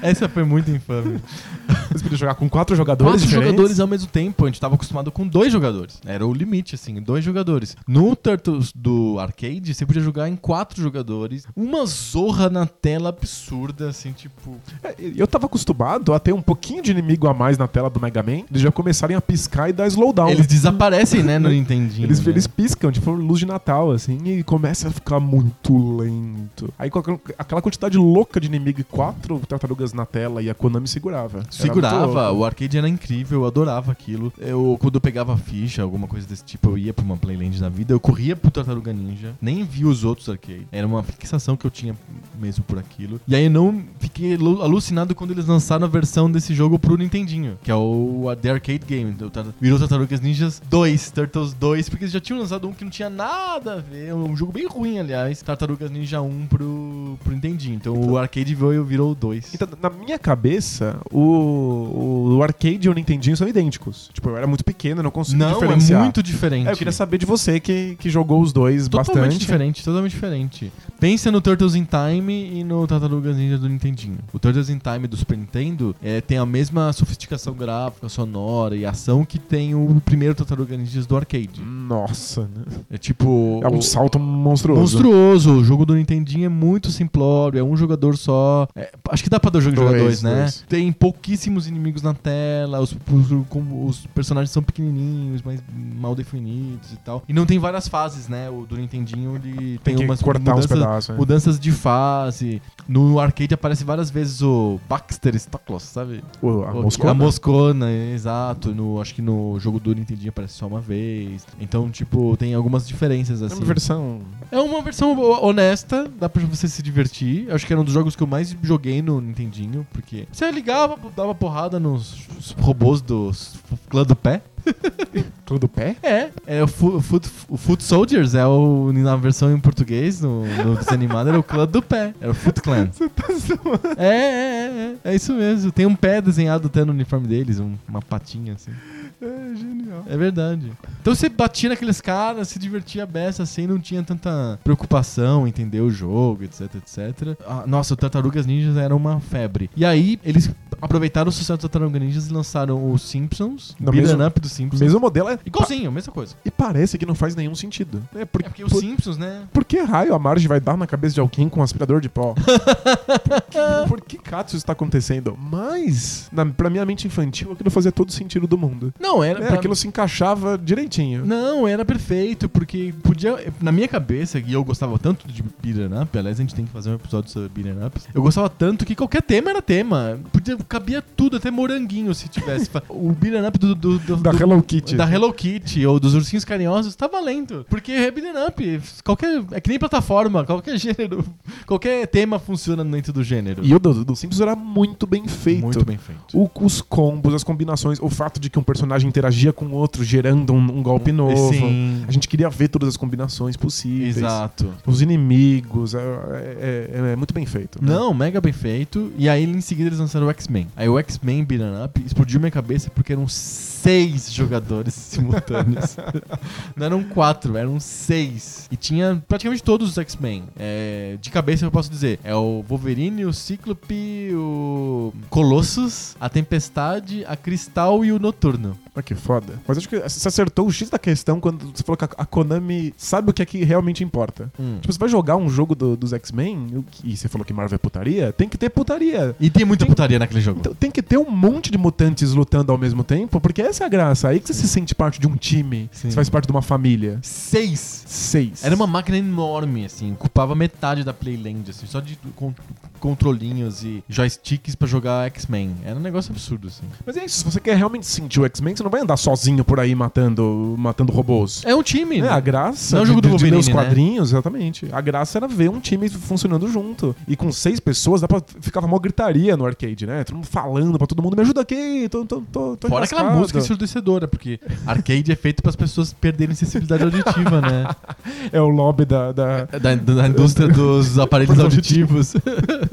Speaker 1: Essa foi muito infame.
Speaker 2: Você podia jogar com quatro jogadores
Speaker 1: Quatro
Speaker 2: diferentes.
Speaker 1: jogadores ao mesmo tempo, a gente tava acostumado com dois jogadores. Era o limite, assim, dois jogadores. No Turtles do arcade, você podia jogar em quatro jogadores. Uma zorra na tela absurda, assim, tipo...
Speaker 2: É, Eu tava acostumado a ter um pouquinho de inimigo a mais na tela do Mega Man. Eles já começarem a piscar e dar slowdown.
Speaker 1: Eles desaparecem, né, no Nintendinho.
Speaker 2: Eles,
Speaker 1: né?
Speaker 2: eles piscam, tipo luz de Natal, assim, e começa a ficar muito lento. Aí com aquela- aquela quantidade louca de inimigo e quatro tartarugas na tela e a Konami segurava. Era muito
Speaker 1: Segurava,
Speaker 2: louco.
Speaker 1: o arcade era incrível, eu adorava aquilo. Eu, quando eu pegava ficha, alguma coisa desse tipo, eu ia pra uma Playland da vida, eu corria pro Tartaruga Ninja, nem via os outros arcades. Era uma fixação que eu tinha mesmo por aquilo. E aí eu não fiquei alu- alucinado quando eles lançaram a versão desse jogo pro Nintendinho, que é o a- The Arcade Game. do Tar- Virou Tartarugas Ninjas 2, Turtles 2, porque eles já tinham lançado um que não tinha nada a ver, um jogo bem ruim, aliás, Tartarugas Ninja 1 pro, pro Nintendinho. Então, o arcade veio, virou o 2.
Speaker 2: Então, na minha cabeça, o, o arcade e o Nintendinho são idênticos. Tipo, eu era muito pequeno, eu não consigo
Speaker 1: Não,
Speaker 2: diferenciar.
Speaker 1: é muito diferente.
Speaker 2: É, eu queria saber de você que, que jogou os dois
Speaker 1: Totalmente
Speaker 2: bastante.
Speaker 1: diferente, totalmente diferente. Pensa no Turtles in Time e no Tartarugas Ninja do Nintendinho. O Turtles in Time do Super Nintendo é, tem a mesma sofisticação gráfica, sonora e ação que tem o primeiro Tartarugas Ninjas do arcade.
Speaker 2: Nossa, né?
Speaker 1: É tipo...
Speaker 2: É um
Speaker 1: o-
Speaker 2: salto monstruoso.
Speaker 1: monstruoso. O jogo do Nintendinho é muito simplório, é um jogador só. É, acho que dá pra dois jogadores,
Speaker 2: Dois,
Speaker 1: dois, né?
Speaker 2: dois.
Speaker 1: Tem pouquíssimos inimigos na tela, os, os- com- os personagens são pequenininhos, mas mal definidos e tal. E não tem várias fases, né? O do Nintendinho ele tem,
Speaker 2: Tem que
Speaker 1: umas
Speaker 2: cortar uns
Speaker 1: mudanças,
Speaker 2: pedaços. né?
Speaker 1: mudanças de fase. No arcade aparece várias vezes o Baxter Stocklos, sabe?
Speaker 2: O- a
Speaker 1: O-
Speaker 2: Moscou,
Speaker 1: A
Speaker 2: né?
Speaker 1: Moscona, exato. No, acho que no jogo do Nintendinho aparece só uma vez. Então, tipo, tem algumas diferenças
Speaker 2: É
Speaker 1: assim.
Speaker 2: uma versão.
Speaker 1: É uma versão ho- honesta, dá pra você se divertir. Acho que era um dos jogos que eu mais joguei no Nintendinho, porque você ligava, dava porrada nos nos robôs do s- clã do pé.
Speaker 2: Tudo pé?
Speaker 1: É, é o, Fu- o Foot, o Foot Soldiers, é o, na versão em português, no, no desanimado, era o clã do pé. Era o Foot Clan. Você tá zoando. É, é, é, é, é isso mesmo. Tem um pé desenhado até no uniforme deles, um- uma patinha assim.
Speaker 2: é genial.
Speaker 1: É verdade. Então você batia naqueles caras, se divertia a beça assim, não tinha tanta preocupação, entender o jogo, etc, etc. Ah, nossa, o Tartarugas Ninjas era uma febre. E aí eles aproveitaram o sucesso do Tartarugas Ninjas e lançaram os Simpsons, o
Speaker 2: No
Speaker 1: Beat
Speaker 2: mesmo-
Speaker 1: Up dos Simpsons.
Speaker 2: Mesmo modelo é.
Speaker 1: Igualzinho, mesma coisa.
Speaker 2: E parece que não faz nenhum sentido. É, por,
Speaker 1: É porque
Speaker 2: por,
Speaker 1: os Simpsons, né?
Speaker 2: por que raio a Marge vai dar na cabeça de alguém com um aspirador de pó? por que cato isso tá acontecendo? Mas, na, pra minha mente infantil, aquilo fazia todo sentido do mundo.
Speaker 1: Não, era
Speaker 2: É,
Speaker 1: pra-
Speaker 2: aquilo se encaixava direitinho.
Speaker 1: Não, era perfeito, porque podia. Na minha cabeça, e eu gostava tanto de beat'em up, aliás, a gente tem que fazer um episódio sobre beat'em ups. Eu gostava tanto que qualquer tema era tema. Podia, cabia tudo, até moranguinho se tivesse. Fa- o beat'em up do, do, do-
Speaker 2: Da
Speaker 1: do-
Speaker 2: Hello Kitty.
Speaker 1: da Hello Kitty ou dos ursinhos carinhosos tá valendo. Porque é beat'em up. Qualquer, é que nem plataforma, qualquer gênero. Qualquer tema funciona dentro do gênero.
Speaker 2: E o do, do Simpsons era muito bem feito.
Speaker 1: Muito bem feito.
Speaker 2: O- os combos, as combinações, o fato de que um personagem interagia com o outro, gerando um, um golpe novo.
Speaker 1: Sim.
Speaker 2: A gente queria ver todas as combinações possíveis.
Speaker 1: Exato.
Speaker 2: Os inimigos, é, é- é- é muito bem feito. né?
Speaker 1: Não, mega bem feito. E aí em seguida eles lançaram o X-Men. Aí o X-Men Beaten Up explodiu minha cabeça porque eram seis jogadores simultâneos. Não eram quatro, eram seis. E tinha praticamente todos os X-Men. É, de cabeça eu posso dizer: é o Wolverine, o Cíclope, o Colossus, a Tempestade, a Cristal e o Noturno.
Speaker 2: Olha Ah, que foda. Mas acho que você acertou o X da questão quando você falou que a a Konami sabe o que é que realmente importa.
Speaker 1: Hum.
Speaker 2: Tipo, você vai jogar um jogo do- dos X-Men o que- e você falou que Marvel é putaria, tem que ter putaria.
Speaker 1: E tem muita
Speaker 2: Tem-
Speaker 1: putaria naquele jogo.
Speaker 2: Então, tem que ter um monte de mutantes lutando ao mesmo tempo, porque essa é a graça. Aí que você se sente parte de um time,
Speaker 1: Sim.
Speaker 2: você faz parte de uma família.
Speaker 1: Seis!
Speaker 2: Seis.
Speaker 1: Era uma máquina enorme, assim, ocupava metade da Playland, assim, só de con- controlinhos e joysticks pra jogar X-Men. Era um negócio absurdo, assim.
Speaker 2: Mas é isso, se você quer realmente sentir o X-Men, você não vai andar sozinho por aí matando, matando robôs.
Speaker 1: É um time,
Speaker 2: É,
Speaker 1: né?
Speaker 2: a graça
Speaker 1: Não é o jogo
Speaker 2: de,
Speaker 1: do
Speaker 2: de, de ler
Speaker 1: Wolverine,
Speaker 2: os
Speaker 1: né?
Speaker 2: quadrinhos, exatamente. A graça era ver um time funcionando junto. E com seis pessoas, dá pra, ficava mó gritaria no arcade, né? Todo mundo falando pra todo mundo, me ajuda aqui, tô, tô, tô, tô
Speaker 1: Fora aquela
Speaker 2: enrascado."
Speaker 1: música ensurdecedora, porque arcade é feito pras pessoas perderem sensibilidade auditiva, né?
Speaker 2: É o lobby da... da-
Speaker 1: Da, da indústria dos aparelhos auditivos.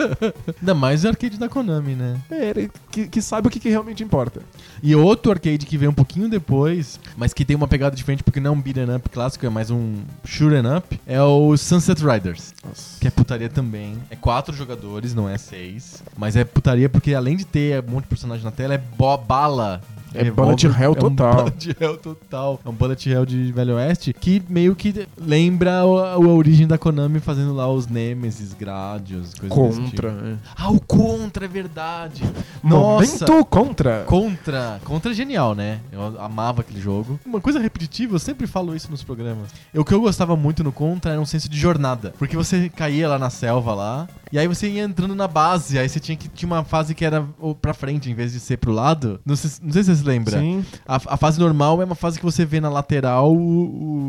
Speaker 1: Ainda mais o arcade da Konami, né?
Speaker 2: É, ele que, que sabe o que, que realmente importa.
Speaker 1: E outro arcade que veio um pouquinho depois, mas que tem uma pegada diferente porque não é um beat'em up clássico, é mais um shoot'em up, é o Sunset Riders. Que é putaria também. É quatro jogadores, não é seis. Mas é putaria porque além de ter um monte de personagem na tela, é bo- bala.
Speaker 2: É
Speaker 1: Revolver,
Speaker 2: bullet hell total.
Speaker 1: É um bullet hell total. É um bullet hell de Velho Oeste que meio que lembra o- a, origem da Konami fazendo lá os Nemesis, Gradius, coisas desse tipo.
Speaker 2: Contra. é.
Speaker 1: Ah, o Contra, é verdade. Nossa.
Speaker 2: Momento contra.
Speaker 1: Contra. Contra é genial, né? Eu amava aquele jogo. Uma coisa repetitiva, eu sempre falo isso nos programas. O que eu gostava muito no Contra era um senso de jornada. Porque você caía lá na selva lá, e aí você ia entrando na base, aí você tinha que. Tinha uma fase que era ou pra frente em vez de ser pro lado. Não sei, não sei se você se lembra.
Speaker 2: Sim.
Speaker 1: A, a fase normal é uma fase que você vê na lateral o-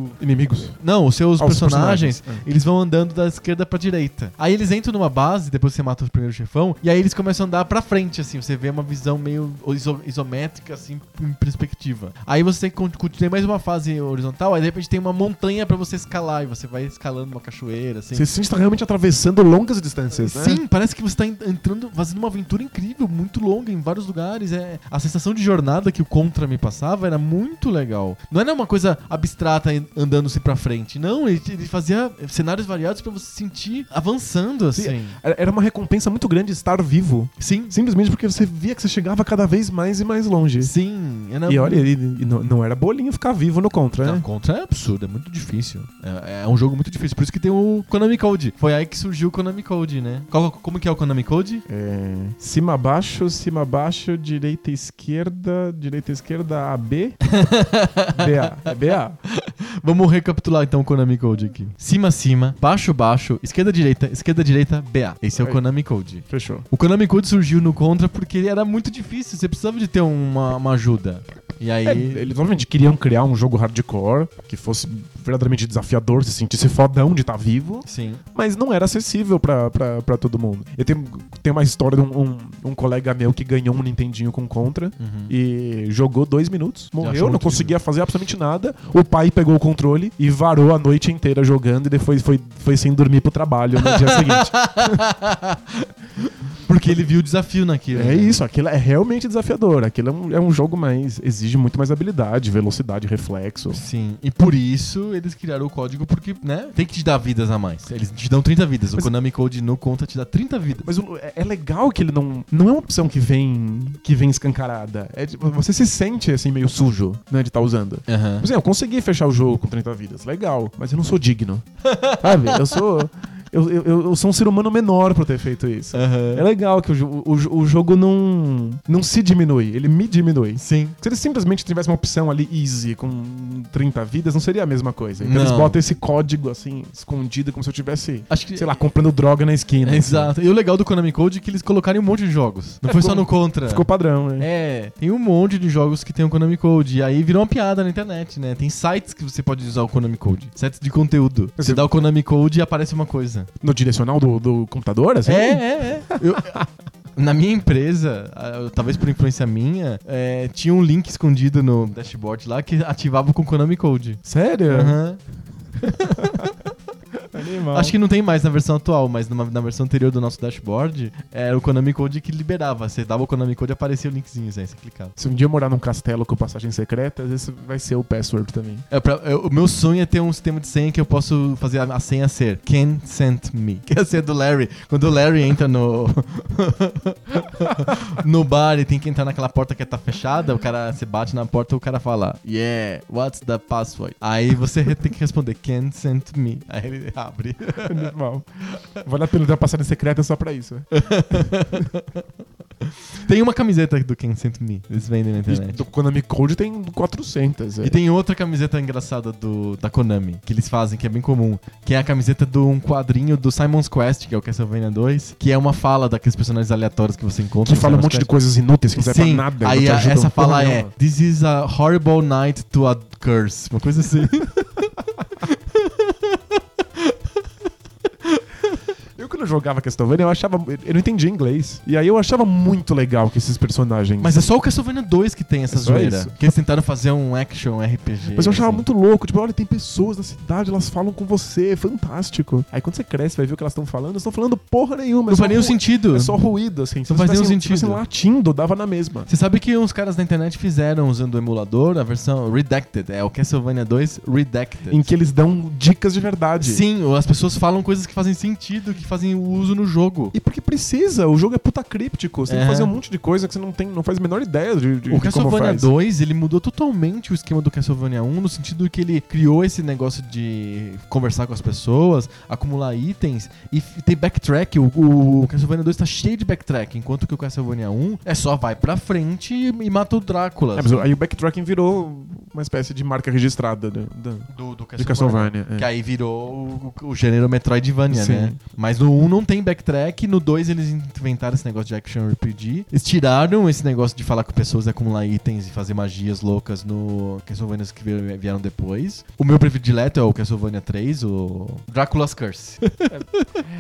Speaker 1: o
Speaker 2: Inimigos.
Speaker 1: não, os seus
Speaker 2: Ah, os
Speaker 1: personagens,
Speaker 2: personagens.
Speaker 1: eles vão andando da esquerda pra direita. Aí eles entram numa base, depois você mata o primeiro chefão, e aí eles começam a andar pra frente, assim. Você vê uma visão meio iso- isométrica, assim, em perspectiva. Aí você con- continua mais uma fase horizontal, aí de repente tem uma montanha pra você escalar, e você vai escalando uma cachoeira, assim.
Speaker 2: Você se sente realmente atravessando longas distâncias, né?
Speaker 1: Sim, parece que você tá en- entrando, fazendo uma aventura incrível, muito longa, em vários lugares. É, a sensação de jornada que o Contra me passava era muito legal. Não era uma coisa abstrata en- andando-se pra frente. Não, ele, ele fazia cenários variados pra você se sentir avançando, assim.
Speaker 2: Era era uma recompensa muito grande estar vivo.
Speaker 1: Sim, sim.
Speaker 2: Simplesmente porque você via que você chegava cada vez mais e mais longe.
Speaker 1: era-
Speaker 2: E olha, ele, ele não, não era bolinho ficar vivo no contra,
Speaker 1: Não,
Speaker 2: né?
Speaker 1: Contra é absurdo, é muito difícil. É, é um jogo muito difícil, por isso que tem o Konami Code. Foi aí que surgiu o Konami Code, né? Qual- como que é o Konami Code?
Speaker 2: É, cima abaixo, cima abaixo, direita esquerda, direita esquerda AB. BA. É BA.
Speaker 1: Vamos recapitular então o Konami Code aqui. Cima, cima, baixo, baixo, esquerda, direita, esquerda, direita, BA. Esse é o
Speaker 2: Aí.
Speaker 1: Konami Code.
Speaker 2: Fechou.
Speaker 1: O Konami Code surgiu no Contra porque ele era muito difícil, você precisava de ter uma, uma ajuda. E aí.
Speaker 2: É, eles obviamente queriam criar um jogo hardcore que fosse verdadeiramente desafiador, se sentisse fodão de estar vivo.
Speaker 1: Sim.
Speaker 2: mas não era acessível pra, pra, pra todo mundo. Eu tenho, tenho uma história de um, um, um colega meu que ganhou um Nintendinho com Contra e jogou dois minutos,
Speaker 1: achou
Speaker 2: morreu, não
Speaker 1: muito
Speaker 2: conseguia fazer absolutamente nada. O pai pegou o controle e varou a noite inteira jogando e depois foi, foi sem dormir pro trabalho no dia seguinte.
Speaker 1: Porque ele viu o desafio naquilo. né?
Speaker 2: É isso, aquilo é realmente desafiador. Aquilo é um, é um jogo mais. exige muito mais habilidade, velocidade, reflexo.
Speaker 1: Sim. E por isso eles criaram o código, porque, né? Tem que te dar vidas a mais. Eles te dão 30 vidas.
Speaker 2: Mas-
Speaker 1: O Konami Code no conta te dá 30 vidas.
Speaker 2: Mas o- é é legal que ele não. Não é uma opção que vem. que vem escancarada. É, tipo, você se sente assim, meio sujo, né, de estar usando.
Speaker 1: Aham.
Speaker 2: Tipo assim, eu consegui fechar o jogo com 30 vidas, legal, mas eu não sou digno. Sabe? Eu sou. Eu, eu, eu sou um ser humano menor pra eu ter feito isso.
Speaker 1: Aham.
Speaker 2: É legal que o, jo- o, o jogo não, não se diminui, ele me diminui.
Speaker 1: Sim.
Speaker 2: Se ele simplesmente tivesse uma opção ali easy com 30 vidas, não seria a mesma coisa. Então eles
Speaker 1: Não.
Speaker 2: botam esse código assim, escondido, como se eu tivesse,
Speaker 1: Acho que.
Speaker 2: sei lá, comprando droga na esquina.
Speaker 1: É, Exato. E o legal do Konami Code é que eles colocaram um monte de jogos. Não
Speaker 2: É,
Speaker 1: foi
Speaker 2: ficou-
Speaker 1: só no Contra.
Speaker 2: Ficou padrão, né?
Speaker 1: É, tem um monte de jogos que tem o Konami Code. E aí virou uma piada na internet, né? Tem sites que você pode usar o Konami Code. Sites de conteúdo. Você
Speaker 2: Esse-
Speaker 1: dá o Konami Code e aparece uma coisa.
Speaker 2: No direcional do, do computador, assim?
Speaker 1: É, é, é. Eu- na minha empresa, ah, talvez por influência minha, é, tinha um link escondido no dashboard lá que ativava com o Konami Code.
Speaker 2: Sério?
Speaker 1: Aham.
Speaker 2: Animal.
Speaker 1: Acho que não tem mais na versão atual, mas numa- na versão anterior do nosso dashboard, era o Konami Code que liberava. Você dava o Konami Code e aparecia o linkzinho, aí você clicava.
Speaker 2: Se um dia eu morar num castelo com passagem secreta, esse vai ser o password também.
Speaker 1: É pra- é, o meu sonho é ter um sistema de senha que eu posso fazer a, a senha ser Ken sent me. Que é a senha do Larry. Quando o Larry entra no. no bar e tem que entrar naquela porta que tá fechada, o cara se bate na porta e o cara fala Yeah, what's the password? Aí você re- tem que responder Ken sent me. Aí ele abre.
Speaker 2: Animal. Vale a pena ter uma passagem secreta só pra isso. né?
Speaker 1: É. Tem uma camiseta do Ken sent me. Eles vendem na
Speaker 2: E
Speaker 1: internet.
Speaker 2: do Konami Code tem 400. é.
Speaker 1: E tem outra camiseta engraçada do, da Konami, que eles fazem, que é bem comum. Que é a camiseta de um quadrinho do Simon's Quest, que é o Castlevania 2, que é uma fala daqueles personagens aleatórios que você encontra.
Speaker 2: Que fala um monte de coisas inúteis que não serve
Speaker 1: Sim,
Speaker 2: pra nada.
Speaker 1: aí
Speaker 2: não
Speaker 1: a-
Speaker 2: te ajudam
Speaker 1: essa
Speaker 2: porra
Speaker 1: fala é
Speaker 2: nenhuma.
Speaker 1: This is a horrible night to a curse. Uma coisa assim.
Speaker 2: Eu quando eu jogava Castlevania, eu achava. Eu não entendia inglês. E aí eu achava muito legal que esses personagens.
Speaker 1: Mas é só o Castlevania 2 que tem essa
Speaker 2: É só
Speaker 1: zoeira.
Speaker 2: isso.
Speaker 1: Que eles tentaram fazer um action RPG.
Speaker 2: Mas eu achava
Speaker 1: assim.
Speaker 2: muito louco, tipo, olha, tem pessoas na cidade, elas falam com você, é fantástico. Aí quando você cresce, vai ver o que elas estão falando, elas estão falando porra nenhuma. é
Speaker 1: Não
Speaker 2: só
Speaker 1: faz nenhum
Speaker 2: ru-
Speaker 1: sentido.
Speaker 2: É só ruído, assim. Se
Speaker 1: Não
Speaker 2: você
Speaker 1: faz nenhum
Speaker 2: tivesse- se
Speaker 1: sentido.
Speaker 2: tivesse latindo, dava na mesma.
Speaker 1: Você sabe que uns caras na internet fizeram usando o emulador a versão Redacted. É o Castlevania 2 Redacted.
Speaker 2: Em que eles dão dicas de verdade.
Speaker 1: Sim, ou as pessoas falam coisas que fazem sentido, que fazem uso no jogo.
Speaker 2: E porque precisa, o jogo é puta críptico. Você tem
Speaker 1: É.
Speaker 2: que fazer um monte de coisa que você não tem, não faz a menor ideia de, de,
Speaker 1: O
Speaker 2: de como
Speaker 1: Castlevania
Speaker 2: faz.
Speaker 1: 2, ele mudou totalmente o esquema do Castlevania 1, no sentido que ele criou esse negócio de conversar com as pessoas, acumular itens e f- tem backtrack. O, o Castlevania 2 tá cheio de backtrack, enquanto que o Castlevania 1 é só vai pra frente e, e mata o Drácula. assim,
Speaker 2: É, mas aí o backtracking virou uma espécie de marca registrada do, do-
Speaker 1: do, do
Speaker 2: de Castlevania. é.
Speaker 1: Que aí virou o, o gênero Metroidvania,
Speaker 2: Sim.
Speaker 1: né? Mas no 1 não tem backtrack, no 2 eles inventaram esse negócio de action RPG. Eles tiraram esse negócio de falar com pessoas, acumular itens e fazer magias loucas no Castlevania que vie- vieram depois. O meu predileto é o Castlevania 3, o Drácula's Curse.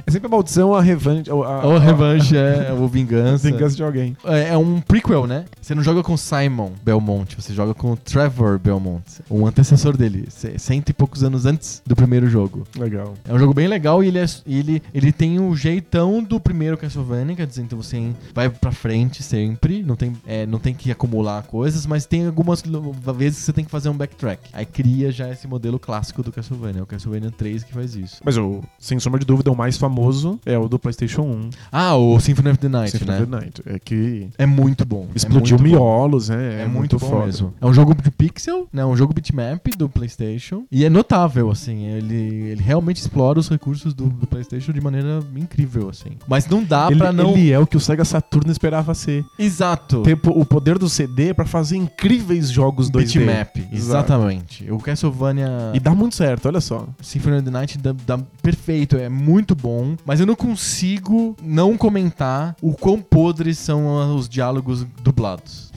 Speaker 2: É sempre a maldição, a revanche. A, a,
Speaker 1: o
Speaker 2: a-
Speaker 1: Revanche, é, o Vingança.
Speaker 2: Ah. vingança de alguém.
Speaker 1: É é um prequel, né? Você não joga com Simon Belmont, você joga com o Trevor Belmont, o antecessor dele, c- cento e poucos anos antes do primeiro jogo.
Speaker 2: Legal.
Speaker 1: É um jogo bem legal e ele, é- ele, ele tem o jeitão do primeiro Castlevania, quer dizer, então você vai pra frente sempre, não tem, é, não tem que acumular coisas, mas tem algumas lo- vezes que você tem que fazer um backtrack. Aí cria já esse modelo clássico do Castlevania, é o Castlevania 3 que faz isso.
Speaker 2: Mas o, sem sombra de dúvida, o mais famoso é o do PlayStation 1,
Speaker 1: Ah, o Symphony of the Night,
Speaker 2: Symphony
Speaker 1: né?
Speaker 2: of the Night. É que
Speaker 1: É muito bom. é
Speaker 2: explodiu
Speaker 1: muito bom.
Speaker 2: miolos, né?
Speaker 1: É, muito, bom mesmo. É um jogo de pixel, né? Um jogo bitmap do PlayStation. E é notável, assim. Ele, ele realmente explora os recursos do, do PlayStation de maneira incrível, assim. Mas não dá
Speaker 2: ele,
Speaker 1: pra não.
Speaker 2: ele é o que o Sega Saturno esperava ser.
Speaker 1: Exato.
Speaker 2: Ter po- o poder do CD pra fazer incríveis jogos 2D.
Speaker 1: Bitmap,
Speaker 2: Exato.
Speaker 1: exatamente. O Castlevania
Speaker 2: E dá muito certo, olha só.
Speaker 1: Symphony of the Night dá, dá perfeito, é muito bom, mas eu não consigo não comentar o quão podres são os diálogos dublados.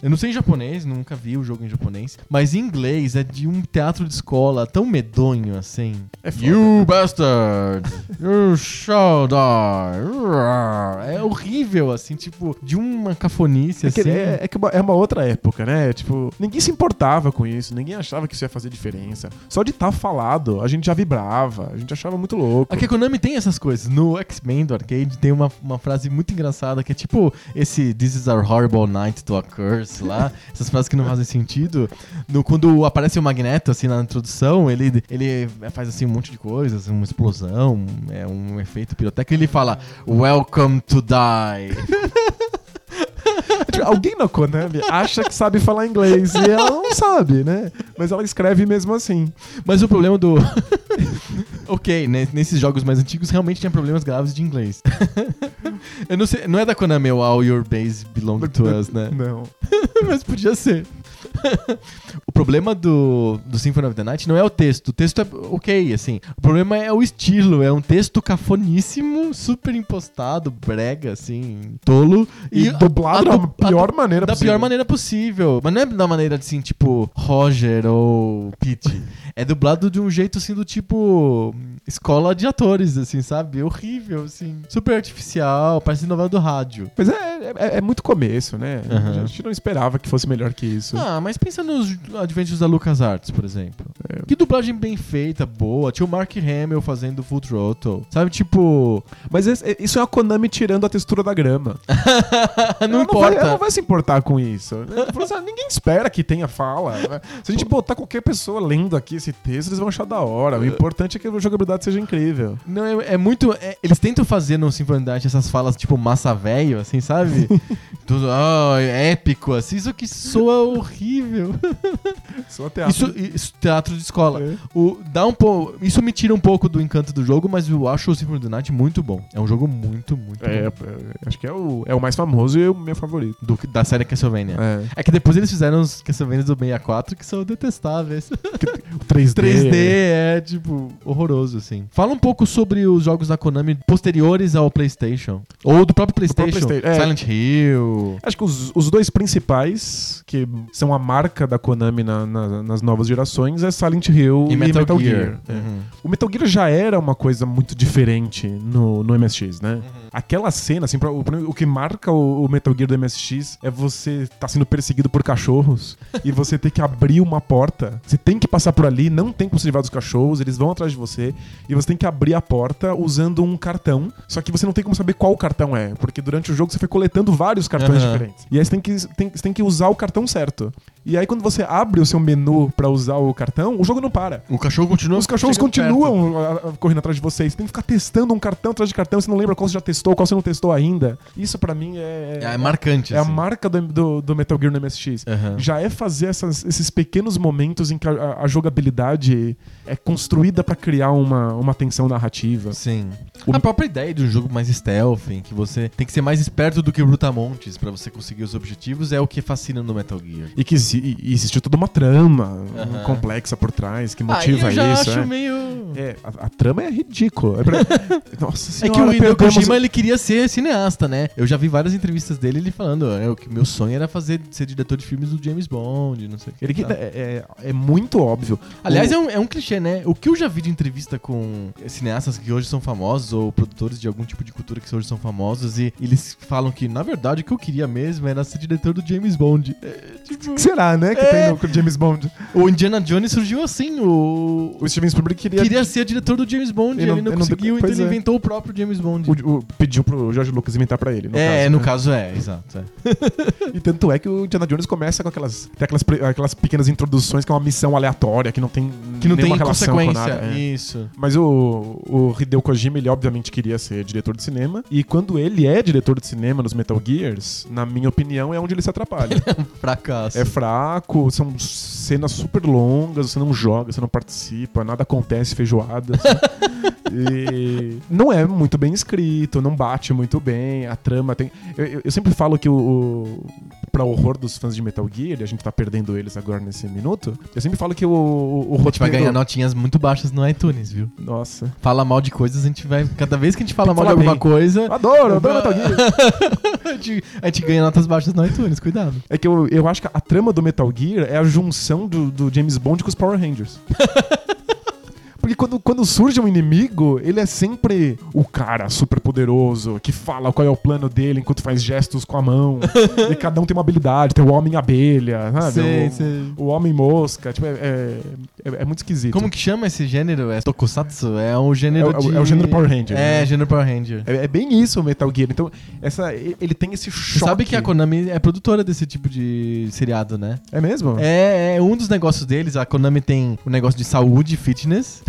Speaker 1: Eu não sei em japonês, nunca vi o jogo em japonês. Mas em inglês é de um teatro de escola tão medonho assim.
Speaker 2: É foda.
Speaker 1: You bastard! You shall die! É horrível, assim, tipo, de uma cafonice
Speaker 2: É que,
Speaker 1: assim.
Speaker 2: é, é que uma- é uma outra época, né? Tipo, ninguém se importava com isso, ninguém achava que isso ia fazer diferença. Só de estar falado, a gente já vibrava, a gente achava muito louco.
Speaker 1: Aqui a Konami tem essas coisas. No X-Men do arcade tem uma, uma frase muito engraçada que é tipo esse This is our horrible night to occurs lá. essas frases que não fazem sentido. No, quando aparece o Magneto, assim, na introdução, ele, ele faz assim um monte de coisas, uma explosão, é um efeito piroteca, e ele fala Welcome to die.
Speaker 2: Tipo, Alguém na Konami acha que sabe falar inglês e ela não sabe, né? Mas ela escreve mesmo assim.
Speaker 1: Mas o problema do... ok, né, nesses jogos mais antigos realmente tinha problemas graves de inglês. Eu não sei, não é da Konami o All Your Base Belong to Us, né?
Speaker 2: Não.
Speaker 1: Mas podia ser. o problema do, do Symphony of the Night não é o texto. O texto é ok, assim. O problema é o estilo. É um texto cafoníssimo, super impostado, brega, assim, tolo.
Speaker 2: E, dublado
Speaker 1: a
Speaker 2: da
Speaker 1: du- a
Speaker 2: pior
Speaker 1: du-
Speaker 2: maneira
Speaker 1: da
Speaker 2: possível.
Speaker 1: pior maneira possível. Mas não é da maneira assim, tipo, Roger ou Pete. É dublado de um jeito assim do tipo. Escola de atores, assim, sabe? Horrível, assim. Super artificial, parece novela do rádio.
Speaker 2: Mas é, é- é muito começo, né?
Speaker 1: Aham.
Speaker 2: A gente não esperava que fosse melhor que isso.
Speaker 1: Ah, mas pensa nos adventures da LucasArts, por exemplo.
Speaker 2: É.
Speaker 1: Que dublagem bem feita, boa. Tinha o Mark Hamill fazendo Full Throttle. Sabe, tipo...
Speaker 2: Mas esse- isso é a Konami tirando a textura da grama.
Speaker 1: não,
Speaker 2: Ela vai-
Speaker 1: importa.
Speaker 2: ela Ah, não vai se importar com isso. Ela falou assim, "Ah, Ninguém espera que tenha fala. né?" Se a gente botar qualquer pessoa lendo aqui esse texto, eles vão achar da hora. O importante é que a jogabilidade seja incrível.
Speaker 1: Não, é, é muito... é- eles tentam fazer no Sinfonidade essas falas, tipo, massa velho, assim, sabe? Tudo, ah, é épico, assim. Isso que soa horrível.
Speaker 2: Só teatro.
Speaker 1: Isso, isso, teatro de escola.
Speaker 2: É.
Speaker 1: O, dá um po- isso me tira um pouco do encanto do jogo, mas eu acho o Symphony Night muito bom. É um jogo muito, muito
Speaker 2: É,
Speaker 1: bom.
Speaker 2: é, acho que é o, é o mais famoso e o meu favorito.
Speaker 1: Do, da série Castlevania.
Speaker 2: É.
Speaker 1: É que depois eles fizeram os Castlevania do 64 que são
Speaker 2: É.
Speaker 1: detestáveis.
Speaker 2: O 3D.
Speaker 1: 3D é, tipo, horroroso, assim. Fala um pouco sobre os jogos da Konami posteriores ao PlayStation. Ou do próprio PlayStation.
Speaker 2: PlayStation, é.
Speaker 1: Silent Hill.
Speaker 2: Acho que os, os dois principais, que são a marca da Konami na- na- nas novas gerações, é Silent Hill e, Metal, Gear. É.
Speaker 1: Uhum.
Speaker 2: O Metal Gear já era uma coisa muito diferente no, no MSX, né? Aquela cena, assim, pra- o, o que marca o, o Metal Gear do MSX é você tá sendo perseguido por cachorros e você ter que abrir uma porta. Você tem que passar por ali, não tem como se livrar dos cachorros, eles vão atrás de você e você tem que abrir a porta usando um cartão. Só que você não tem como saber qual cartão é, porque durante o jogo você foi coletando vários cartões
Speaker 1: Aham.
Speaker 2: diferentes. E aí você tem que, tem- você tem que usar o cartão certo. E aí quando você abre o seu menu pra usar o cartão, o jogo não para.
Speaker 1: O cachorro continua.
Speaker 2: Os cachorros
Speaker 1: chegando
Speaker 2: continuam a- a- correndo atrás de vocês. Tem que ficar testando um cartão atrás de cartão. Você não lembra qual você já testou, qual você não testou ainda. Isso pra mim é.
Speaker 1: perto. É marcante.
Speaker 2: é a
Speaker 1: assim.
Speaker 2: marca do, do- do Metal Gear no MSX.
Speaker 1: Aham.
Speaker 2: Já é fazer essas- esses pequenos momentos em que a- a, a jogabilidade é construída pra criar uma, uma tensão narrativa.
Speaker 1: Sim.
Speaker 2: O-
Speaker 1: A própria ideia de um jogo mais stealth, em que você tem que ser mais esperto do que Brutamontes pra você conseguir os objetivos, é o que fascina no Metal Gear.
Speaker 2: E que exi- e existiu toda uma trama um,
Speaker 1: Aham.
Speaker 2: complexa por trás que
Speaker 1: Aí
Speaker 2: motiva
Speaker 1: Ah, eu já
Speaker 2: isso.
Speaker 1: acho
Speaker 2: é.
Speaker 1: meio...
Speaker 2: É, a, a trama é ridícula. É pra- Nossa
Speaker 1: É
Speaker 2: senhora,
Speaker 1: que o Hideo
Speaker 2: perdemos-
Speaker 1: Kojima, ele queria ser cineasta, né? Eu já vi várias entrevistas dele, ele falando "É, o que meu sonho era fazer, ser diretor de filmes do James Bond, não sei o que.
Speaker 2: Ele que-
Speaker 1: tá?
Speaker 2: é, é- é muito óbvio.
Speaker 1: Aliás, é um, é um clichê, né? O que eu já vi de entrevista com cineastas que hoje são famosos ou produtores de algum tipo de cultura que hoje são famosos e eles falam que, na verdade, o que eu queria mesmo era ser diretor do James Bond. É, tipo,
Speaker 2: O que será, né? Que tem no James Bond.
Speaker 1: o Indiana Jones surgiu assim, o...
Speaker 2: O Steven Spielberg queria.
Speaker 1: Queria ser diretor do James Bond,
Speaker 2: Ele
Speaker 1: ele não,
Speaker 2: não- ele não-
Speaker 1: conseguiu, então
Speaker 2: pois
Speaker 1: ele
Speaker 2: é.
Speaker 1: inventou o próprio James Bond.
Speaker 2: o- o- pediu pro George Lucas inventar pra ele. No
Speaker 1: é,
Speaker 2: caso,
Speaker 1: no
Speaker 2: né?
Speaker 1: caso é, exato. é.
Speaker 2: E tanto é que o Indiana Jones começa com aquelas, tem aquelas, pre- aquelas pequenas introduções que é uma missão aleatória, que não tem
Speaker 1: Que não
Speaker 2: nenhuma
Speaker 1: tem
Speaker 2: relação com
Speaker 1: consequência.
Speaker 2: nada. é.
Speaker 1: Isso.
Speaker 2: Mas o, o Hideo Kojima, ele obviamente queria ser diretor de cinema. E quando ele é diretor de cinema nos Metal Gears, na minha opinião, é onde ele se atrapalha.
Speaker 1: Fracasso.
Speaker 2: É fraco, são cenas super longas, você não joga, você não participa, nada acontece, feijoada. assim. e não é muito bem escrito, não bate muito bem, a trama tem. Eu, eu- eu sempre falo que o, o para horror dos fãs de Metal Gear, e a gente tá perdendo eles agora nesse minuto. Eu sempre falo que o, o, o
Speaker 1: a gente vai
Speaker 2: roteiro-
Speaker 1: ganhar notinhas muito baixas no iTunes, viu?
Speaker 2: Nossa,
Speaker 1: Fala mal de coisas, a gente vai. Cada vez que a gente fala
Speaker 2: Tem que
Speaker 1: mal de
Speaker 2: falar
Speaker 1: alguma
Speaker 2: bem.
Speaker 1: coisa.
Speaker 2: adoro, adoro Metal Gear.
Speaker 1: a, gente, a gente ganha notas baixas no iTunes, cuidado.
Speaker 2: É que eu, eu acho que a trama do Metal Gear é a junção do, do James Bond com os Power Rangers. Porque quando, quando surge um inimigo, ele é sempre o cara super poderoso, que fala qual é o plano dele enquanto faz gestos com a mão. e cada um tem uma habilidade, tem o homem abelha, sabe?
Speaker 1: Sei,
Speaker 2: o,
Speaker 1: sei.
Speaker 2: o homem mosca. Tipo, é, é, é- é muito esquisito.
Speaker 1: Como que chama esse gênero? É tokusatsu? É um gênero
Speaker 2: É o- é o-
Speaker 1: de...
Speaker 2: é o gênero Power Ranger,
Speaker 1: É,
Speaker 2: né?
Speaker 1: gênero Power Ranger.
Speaker 2: É, é bem isso o Metal Gear. Então, essa, ele tem esse choque.
Speaker 1: Sabe que a Konami é produtora desse tipo de seriado, né?
Speaker 2: É mesmo?
Speaker 1: É, é um dos negócios deles. A Konami tem um negócio de saúde e fitness.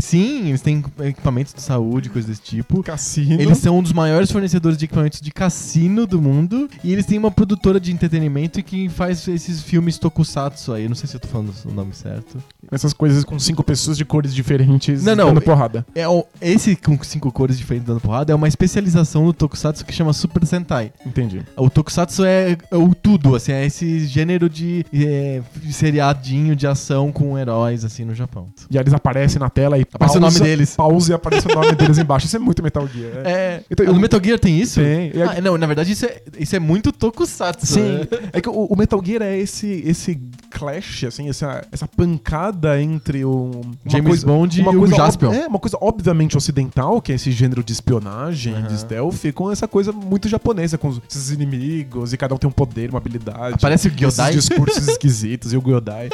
Speaker 1: Sim, eles têm equipamentos de saúde, coisas desse tipo.
Speaker 2: Cassino.
Speaker 1: Eles são um dos maiores fornecedores de equipamentos de cassino do mundo. E eles têm uma produtora de entretenimento que faz esses filmes tokusatsu aí. Não sei se eu tô falando o nome certo.
Speaker 2: Essas coisas com cinco pessoas de cores diferentes
Speaker 1: Não, não.
Speaker 2: dando porrada.
Speaker 1: É, o- esse com cinco cores diferentes dando porrada é uma especialização do tokusatsu que chama Super Sentai.
Speaker 2: Entendi.
Speaker 1: O tokusatsu é, é o tudo, assim, é esse gênero de é, seriadinho de ação com heróis, assim, no Japão.
Speaker 2: E aí eles aparecem na tela e
Speaker 1: Aparece o nome deles.
Speaker 2: Pausa e aparece o nome deles embaixo. Isso é muito Metal Gear. né?
Speaker 1: É.
Speaker 2: Então,
Speaker 1: ah,
Speaker 2: eu-
Speaker 1: no Metal Gear tem isso?
Speaker 2: Tem. E
Speaker 1: Ah, não, na verdade isso é, isso é muito tokusatsu.
Speaker 2: Sim,
Speaker 1: né?
Speaker 2: é que o, o Metal Gear é esse, esse clash, assim, essa, essa pancada entre o uma
Speaker 1: James Bond e o
Speaker 2: coisa ob-
Speaker 1: Jaspion.
Speaker 2: É, uma coisa obviamente ocidental, que é esse gênero de espionagem, de stealth, com essa coisa muito japonesa, com os- esses inimigos, e cada um tem um poder, uma habilidade.
Speaker 1: Aparece o Gyodai.
Speaker 2: Esses discursos esquisitos e o Godai.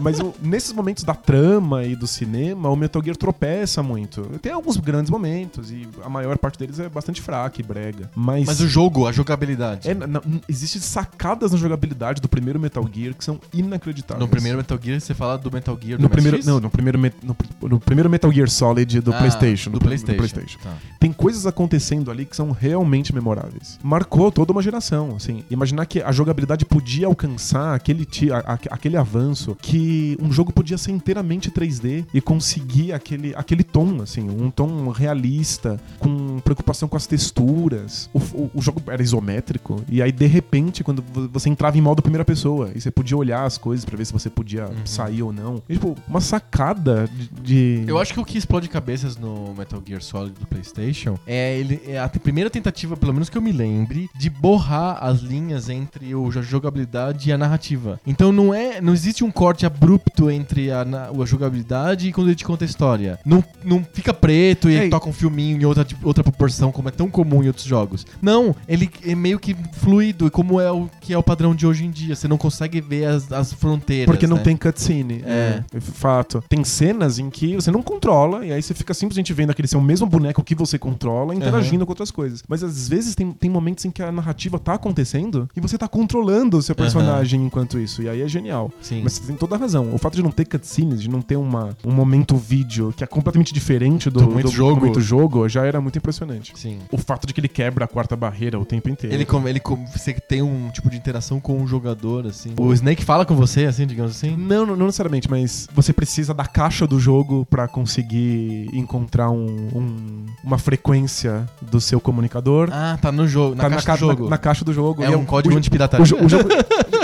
Speaker 2: Mas o- nesses momentos da trama e do cinema, o Metal Gear tropeça muito. Tem alguns grandes momentos, e a maior parte deles é bastante fraca e brega. Mas,
Speaker 1: Mas o jogo, a jogabilidade.
Speaker 2: é, na- na- existem sacadas na jogabilidade do primeiro Metal Gear que são inacreditáveis.
Speaker 1: No primeiro Metal Gear, você fala do Metal Gear do
Speaker 2: no primeiro,
Speaker 1: MSX?
Speaker 2: não, no primeiro, me- no, pr- no primeiro Metal Gear Solid do
Speaker 1: Ah,
Speaker 2: PlayStation.
Speaker 1: Do
Speaker 2: no pr-
Speaker 1: PlayStation. Tá.
Speaker 2: Tem coisas acontecendo ali que são realmente memoráveis. Marcou toda uma geração, assim. Imaginar que a jogabilidade podia alcançar aquele, ti- a- a- aquele avanço que um jogo podia ser inteiramente 3D e conseguir aquele, aquele tom, assim, um tom realista, com preocupação com as texturas. O, f- o- o jogo era isométrico e aí, de repente, quando vo- você entrava em modo primeira pessoa e você podia olhar as coisas pra ver se você podia sair ou não. E, tipo, uma sacada de... de-
Speaker 1: Eu acho que o que explode cabeças no Metal Gear Solid do PlayStation é, ele, é a te- primeira tentativa, pelo menos que eu me lembre, de borrar as linhas entre o, a jogabilidade e a narrativa. Então não é, não existe um corte abrupto entre a, na- a jogabilidade e quando ele te conta a história. Não, não fica preto e
Speaker 2: É, e-
Speaker 1: toca um filminho em outra, tipo, outra proporção, como é tão comum em outros jogos. Não, ele é meio que fluido, como é o que é o padrão de hoje em dia. Você não consegue ver as, as fronteiras.
Speaker 2: Porque não
Speaker 1: né?
Speaker 2: tem cutscene.
Speaker 1: É.
Speaker 2: é, fato. Tem cenas em que você não controla, e aí você fica simplesmente vendo aquele seu mesmo boneco que você controla, interagindo com outras coisas. Mas às vezes tem, tem momentos em que a narrativa tá acontecendo e você tá controlando o seu personagem enquanto isso. E aí é genial.
Speaker 1: Sim.
Speaker 2: Mas você tem toda a razão. O fato de não ter cutscenes, de não ter uma, um momento vídeo que é completamente diferente do,
Speaker 1: Do momento jogo.
Speaker 2: momento jogo, já era muito impressionante.
Speaker 1: Sim.
Speaker 2: O fato de que ele quebra a quarta barreira o tempo inteiro.
Speaker 1: Ele, com, ele com, você tem um tipo de interação com um jogador, assim. O Snake fala com você, assim, digamos assim.
Speaker 2: Não, não, não necessariamente, mas você precisa da caixa do jogo pra conseguir encontrar um- um- uma frequência do seu comunicador.
Speaker 1: Ah, tá no jogo, na
Speaker 2: Tá
Speaker 1: caixa
Speaker 2: ca-
Speaker 1: do jogo.
Speaker 2: Na, na caixa do jogo.
Speaker 1: é
Speaker 2: E
Speaker 1: um código
Speaker 2: o,
Speaker 1: de pirataria.
Speaker 2: o, jo- o jogo.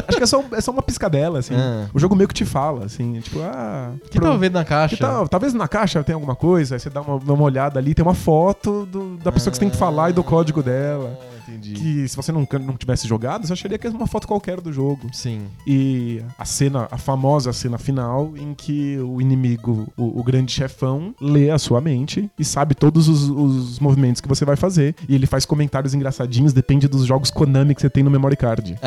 Speaker 2: acho que é só, é só uma piscadela, assim.
Speaker 1: Ah.
Speaker 2: O jogo meio que te fala, assim. Tipo, ah.
Speaker 1: que
Speaker 2: pro-
Speaker 1: tava vendo na caixa?
Speaker 2: que tá tal? Talvez na caixa tenha alguma coisa, aí você dá uma, uma olhada ali, tem uma foto do- da pessoa que você tem que falar e do código dela.
Speaker 1: Ah, entendi.
Speaker 2: Que se você não, não tivesse jogado, você acharia que era uma foto qualquer do jogo.
Speaker 1: Sim.
Speaker 2: E a cena, a famosa cena final, em que o inimigo, o, o grande chefão, lê a sua mente e sabe todos os, os movimentos que você vai fazer. E ele faz comentários engraçadinhos, depende dos jogos Konami que você tem no memory card.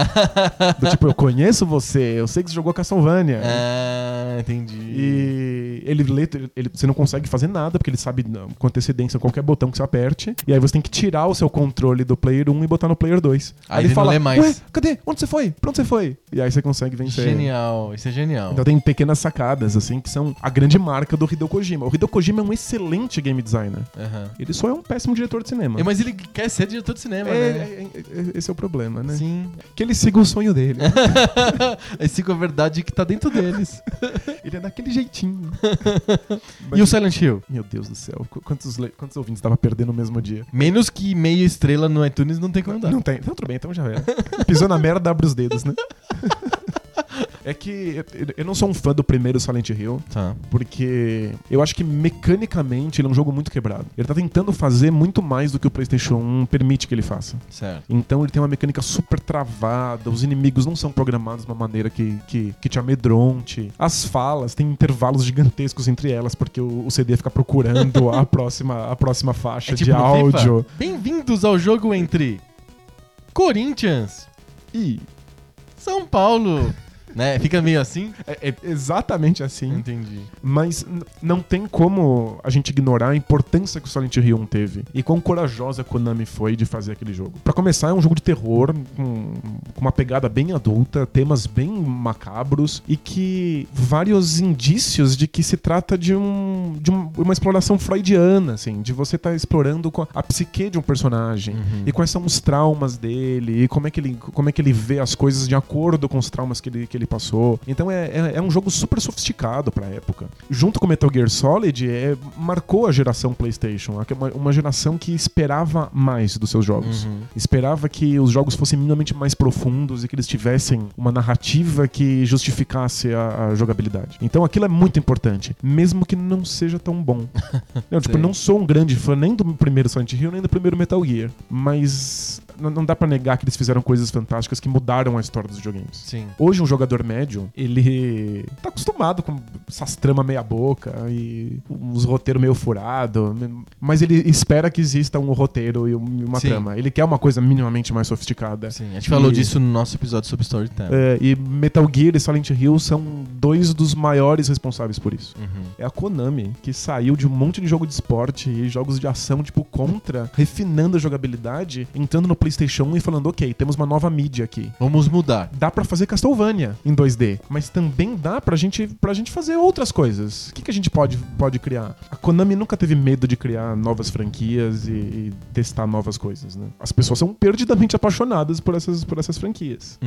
Speaker 2: Do tipo, eu conheço você, eu sei que você jogou Castlevania.
Speaker 1: Ah, entendi.
Speaker 2: É. E ele lê, ele- você não consegue fazer nada, porque ele sabe não, com antecedência qualquer botão que você aperte. E aí você tem que tirar o seu controle do player 1 e botar no player 2.
Speaker 1: Aí ele não lê mais.
Speaker 2: Ué, cadê? Onde você foi? Pra onde você foi? E aí você consegue vencer.
Speaker 1: Genial, isso é genial.
Speaker 2: Então tem pequenas sacadas, assim, que são a grande marca do Hideo Kojima. O Hideo Kojima é um excelente game designer.
Speaker 1: Aham.
Speaker 2: Ele só é um péssimo diretor de cinema.
Speaker 1: É, Mas ele quer ser diretor de cinema,
Speaker 2: É,
Speaker 1: né?
Speaker 2: é, é, esse é o problema, né?
Speaker 1: Sim.
Speaker 2: Que ele siga o sonho dele.
Speaker 1: Esse com a verdade que tá dentro deles.
Speaker 2: ele é daquele jeitinho. Mas-
Speaker 1: e o Silent Hill?
Speaker 2: Meu Deus do céu, qu- quantos, le- quantos ouvintes tava perdendo no mesmo dia? tá
Speaker 1: Menos que meia estrela no iTunes não tem como dar.
Speaker 2: Não tem. Então tudo bem, então já era. Pisou na merda, abre os dedos, né? É que eu- eu não sou um fã do primeiro Silent Hill,
Speaker 1: Tá.
Speaker 2: porque eu acho que mecanicamente ele é um jogo muito quebrado. Ele tá tentando fazer muito mais do que o PlayStation 1 permite que ele faça.
Speaker 1: Certo.
Speaker 2: Então ele tem uma mecânica super travada, os inimigos não são programados de uma maneira que, que, que te amedronte. As falas têm intervalos gigantescos entre elas, porque o, o CD fica procurando a próxima, a próxima faixa de
Speaker 1: É tipo no FIFA.
Speaker 2: áudio.
Speaker 1: Bem-vindos ao jogo entre Corinthians,
Speaker 2: E
Speaker 1: São Paulo. né? Fica meio assim?
Speaker 2: é, é exatamente assim.
Speaker 1: Entendi.
Speaker 2: Mas n- não tem como a gente ignorar a importância que o Silent Hill 1 teve e quão corajosa a Konami foi de fazer aquele jogo. Pra começar, é um jogo de terror com, com uma pegada bem adulta, temas bem macabros e que vários indícios de que se trata de, um, de um- uma exploração freudiana, assim, de você estar explorando co- a psique de um personagem e quais são os traumas dele e como é que ele, como é que ele vê as coisas de acordo com os traumas que ele, que ele passou. Então é, é, é um jogo super sofisticado pra época. Junto com Metal Gear Solid, é, marcou a geração PlayStation, aque- uma, uma geração que esperava mais dos seus
Speaker 1: Uhum.
Speaker 2: jogos. Esperava que os jogos fossem minimamente mais profundos e que eles tivessem uma narrativa que justificasse a, a jogabilidade. Então aquilo é muito importante, mesmo que não seja tão bom. Não, tipo,
Speaker 1: Sei.
Speaker 2: não sou um grande fã nem do primeiro Silent Hill, nem do primeiro Metal Gear. Mas n- não dá pra negar que eles fizeram coisas fantásticas que mudaram a história dos videogames.
Speaker 1: Sim.
Speaker 2: Hoje, um jogador médio, ele tá acostumado com essas tramas meia-boca e uns roteiros meio furado, mas ele espera que exista um roteiro e um- e uma
Speaker 1: Sim.
Speaker 2: trama. Ele quer uma coisa minimamente mais sofisticada.
Speaker 1: Sim. A gente falou
Speaker 2: E-
Speaker 1: disso no nosso episódio sobre Storytelling.
Speaker 2: É, e Metal Gear e Silent Hill são dois dos maiores responsáveis por isso.
Speaker 1: Uhum.
Speaker 2: É a Konami, que saiu de um monte de jogo de esporte e jogos de ação, tipo, contra, refinando a jogabilidade, entrando no PlayStation 1 e falando: ok, temos uma nova mídia aqui.
Speaker 1: Vamos mudar.
Speaker 2: Dá pra fazer Castlevania em 2D, mas também dá pra gente, pra gente fazer outras coisas. O que, que a gente pode, pode criar? A Konami nunca teve medo de criar novas franquias e, e testar novas coisas, né? As pessoas são perdidamente apaixonadas por essas, por essas franquias.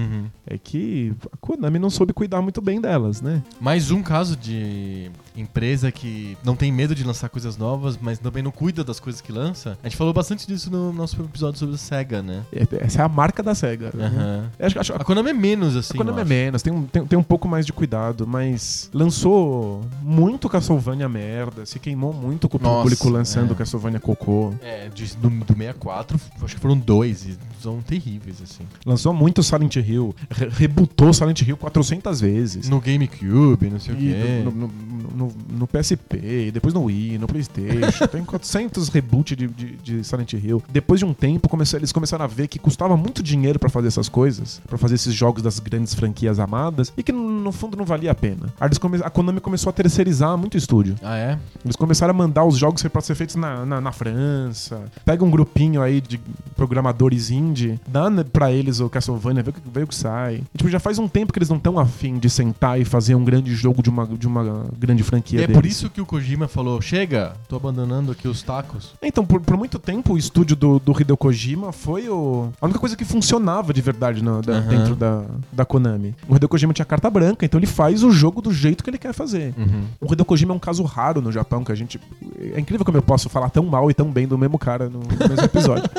Speaker 2: É que a Konami não soube cuidar muito bem delas, né?
Speaker 1: Mais um caso de empresa que não tem medo de lançar coisas novas, mas também não cuida das coisas que lança. A gente falou bastante disso no nosso episódio sobre a SEGA, né?
Speaker 2: É- Essa é a marca da SEGA. né?
Speaker 1: Aham.
Speaker 2: Eu Acho, acho, a
Speaker 1: A Konami é menos, assim.
Speaker 2: Konami
Speaker 1: eu
Speaker 2: é
Speaker 1: acho.
Speaker 2: menos, tem um, tem, tem um pouco mais de cuidado, mas lançou muito Castlevania merda, se queimou muito com o
Speaker 1: Nossa,
Speaker 2: público lançando
Speaker 1: é.
Speaker 2: Castlevania Cocô.
Speaker 1: É, de- do, do 64, acho que foram dois, e são terríveis, assim.
Speaker 2: Lançou muito Silent Hill, re rebutou Silent Hill 400 vezes.
Speaker 1: No GameCube, não sei o
Speaker 2: E
Speaker 1: quê.
Speaker 2: no, no- no- no- no PSP, depois no Wii, no Playstation, tem 400 reboot de, de- de Silent Hill. Depois de um tempo, começou- eles começaram a ver que custava muito dinheiro pra fazer essas coisas, pra fazer esses jogos das grandes franquias amadas, e que no, no fundo não valia a pena. Aí eles come- a Konami começou a terceirizar muito o estúdio.
Speaker 1: Ah, é?
Speaker 2: Eles começaram a mandar os jogos pra ser feitos na, na, na França. Pega um grupinho aí de programadores indie, dá ne- pra eles o Castlevania, vê, o que- vê o que sai. E, tipo, já faz um tempo que eles não estão afim de sentar e fazer um grande jogo de uma, de uma grande
Speaker 1: E
Speaker 2: franquia
Speaker 1: é
Speaker 2: deles.
Speaker 1: por isso que o Kojima falou: chega, tô abandonando aqui os tacos.
Speaker 2: Então, por, por muito tempo, o estúdio do, do Hideo Kojima foi o... a única coisa que funcionava de verdade na- da-
Speaker 1: Aham.
Speaker 2: dentro da, da Konami. O Hideo Kojima tinha carta branca, então ele faz o jogo do jeito que ele quer fazer. O Hideo Kojima é um caso raro no Japão, que a gente... É incrível como eu posso falar tão mal e tão bem do mesmo cara no, no mesmo episódio.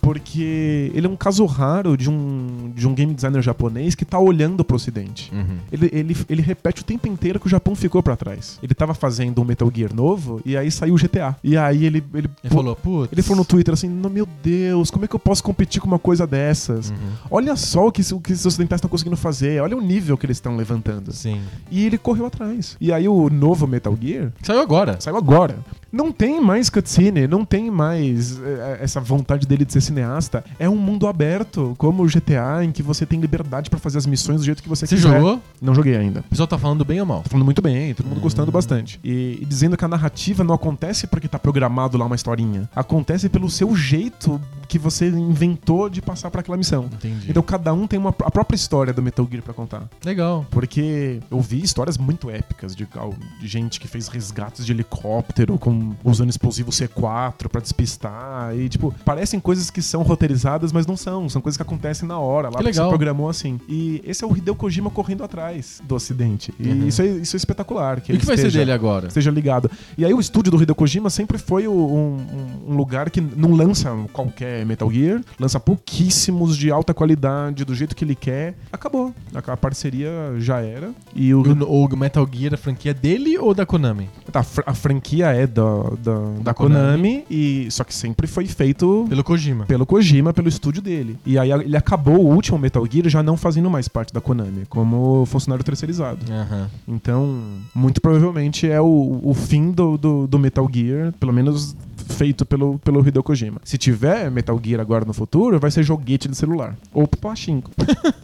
Speaker 2: Porque ele é um caso raro de um, de um game designer japonês que tá olhando pro ocidente.
Speaker 1: Hum.
Speaker 2: Ele, ele, ele repete o tempo inteiro que o Japão ficou pra trás. Ele tava fazendo um Metal Gear novo e aí saiu o GTA. E aí ele... Ele,
Speaker 1: Ele falou: putz.
Speaker 2: ele falou no Twitter assim, "No- meu Deus, como é que eu posso competir com uma coisa dessas?
Speaker 1: Uhum.
Speaker 2: Olha só o que, o que os ocidentais estão conseguindo fazer, olha o nível que eles estão levantando.
Speaker 1: Sim.
Speaker 2: E ele correu atrás. E aí o novo Metal Gear
Speaker 1: Saiu agora.
Speaker 2: saiu agora. Não tem mais cutscene, não tem mais eh, essa vontade dele de ser cineasta. É um mundo aberto, como o GTA, em que você tem liberdade pra fazer as missões do jeito que você,
Speaker 1: Você
Speaker 2: quiser.
Speaker 1: jogou?
Speaker 2: Não joguei ainda.
Speaker 1: O pessoal tá falando bem ou mal?
Speaker 2: Tá falando muito bem, todo mundo gostando bastante. E, e dizendo que a narrativa não acontece porque tá programado lá uma historinha. Acontece pelo seu jeito que você inventou de passar pra aquela missão.
Speaker 1: Entendi.
Speaker 2: Então cada um tem uma, a própria história do Metal Gear pra contar.
Speaker 1: Legal.
Speaker 2: Porque eu vi histórias muito épicas de, cal- de gente que fez resgates de helicóptero com, usando explosivo C4 pra despistar. E, tipo, parecem coisas que são roteirizadas, mas não são. São coisas que acontecem na hora, lá
Speaker 1: Que
Speaker 2: porque você
Speaker 1: legal.
Speaker 2: programou assim. E esse é o Hideo Kojima correndo atrás do acidente. E isso, é, isso é espetacular.
Speaker 1: Uhum. E o
Speaker 2: Que ele
Speaker 1: que vai ser
Speaker 2: esteja-
Speaker 1: dele agora?
Speaker 2: Esteja ligado. E aí o estúdio do Hideo Kojima sempre foi o- um, um- um lugar que não lança qualquer é Metal Gear, lança pouquíssimos de alta qualidade, do jeito que ele quer. Acabou. A a parceria já era. E o,
Speaker 1: O, o Metal Gear, a franquia dele ou da Konami?
Speaker 2: a, fr- a franquia é da, da, da Konami, e só que sempre foi feito
Speaker 1: Pelo Kojima.
Speaker 2: pelo Kojima, pelo estúdio dele. E aí a- ele acabou o último Metal Gear já não fazendo mais parte da Konami, como funcionário terceirizado.
Speaker 1: Aham.
Speaker 2: Então, muito provavelmente é o, o fim do, do, do Metal Gear, pelo menos feito pelo, pelo Hideo Kojima. Se tiver Metal Gear agora no futuro, vai ser joguete de celular. Ou pro Pachinko.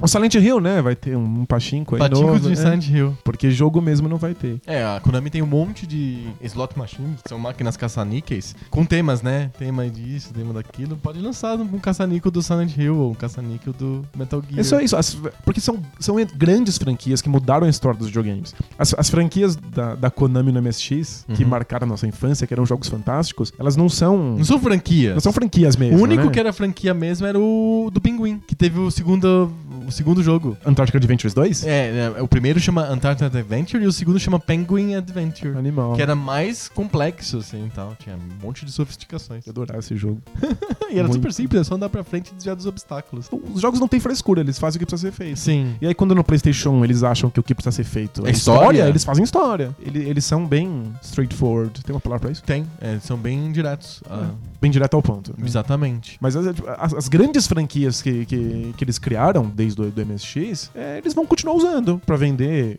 Speaker 2: o Silent Hill, né? Vai ter um Pachinko aí
Speaker 1: Patinco
Speaker 2: novo,
Speaker 1: de
Speaker 2: né?
Speaker 1: Silent Hill.
Speaker 2: Porque jogo mesmo não vai ter.
Speaker 1: É, a Konami tem um monte de slot machines, que são máquinas caça-níqueis, com temas, né? Tema disso, tema daquilo. Pode lançar um caça-níquel do Silent Hill ou um caça-níquel do Metal Gear.
Speaker 2: É só isso. as- porque são, são en- grandes franquias que mudaram a história dos videogames. As, as franquias da, da Konami no MSX, que
Speaker 1: Uhum.
Speaker 2: marcaram a nossa infância, que eram jogos fantásticos, elas não são.
Speaker 1: Não são franquias.
Speaker 2: Não são franquias mesmo.
Speaker 1: o único
Speaker 2: né?
Speaker 1: que era franquia mesmo era o do Pinguim, que teve o segundo, o segundo jogo.
Speaker 2: Antarctic Adventures 2?
Speaker 1: É, é, o primeiro chama Antarctic Adventure e o segundo chama Penguin Adventure.
Speaker 2: Animal.
Speaker 1: Que era mais complexo, assim, e tal. Tinha um monte de sofisticações.
Speaker 2: Eu adorava esse jogo.
Speaker 1: E era
Speaker 2: Muito.
Speaker 1: super simples, é só andar pra frente e desviar dos obstáculos.
Speaker 2: Os jogos não têm frescura, eles fazem o que precisa ser feito.
Speaker 1: Sim.
Speaker 2: E aí, quando no PlayStation eles acham que o que precisa ser feito
Speaker 1: É história?
Speaker 2: eles fazem história. Ele- Eles, são bem straightforward. Tem uma palavra pra isso?
Speaker 1: Tem, é, são bem diretos.
Speaker 2: É.
Speaker 1: ah,
Speaker 2: Bem direto ao ponto.
Speaker 1: Exatamente.
Speaker 2: Mas as, as- as grandes franquias que, que, que eles criaram desde o do MSX, é, eles vão continuar usando pra vender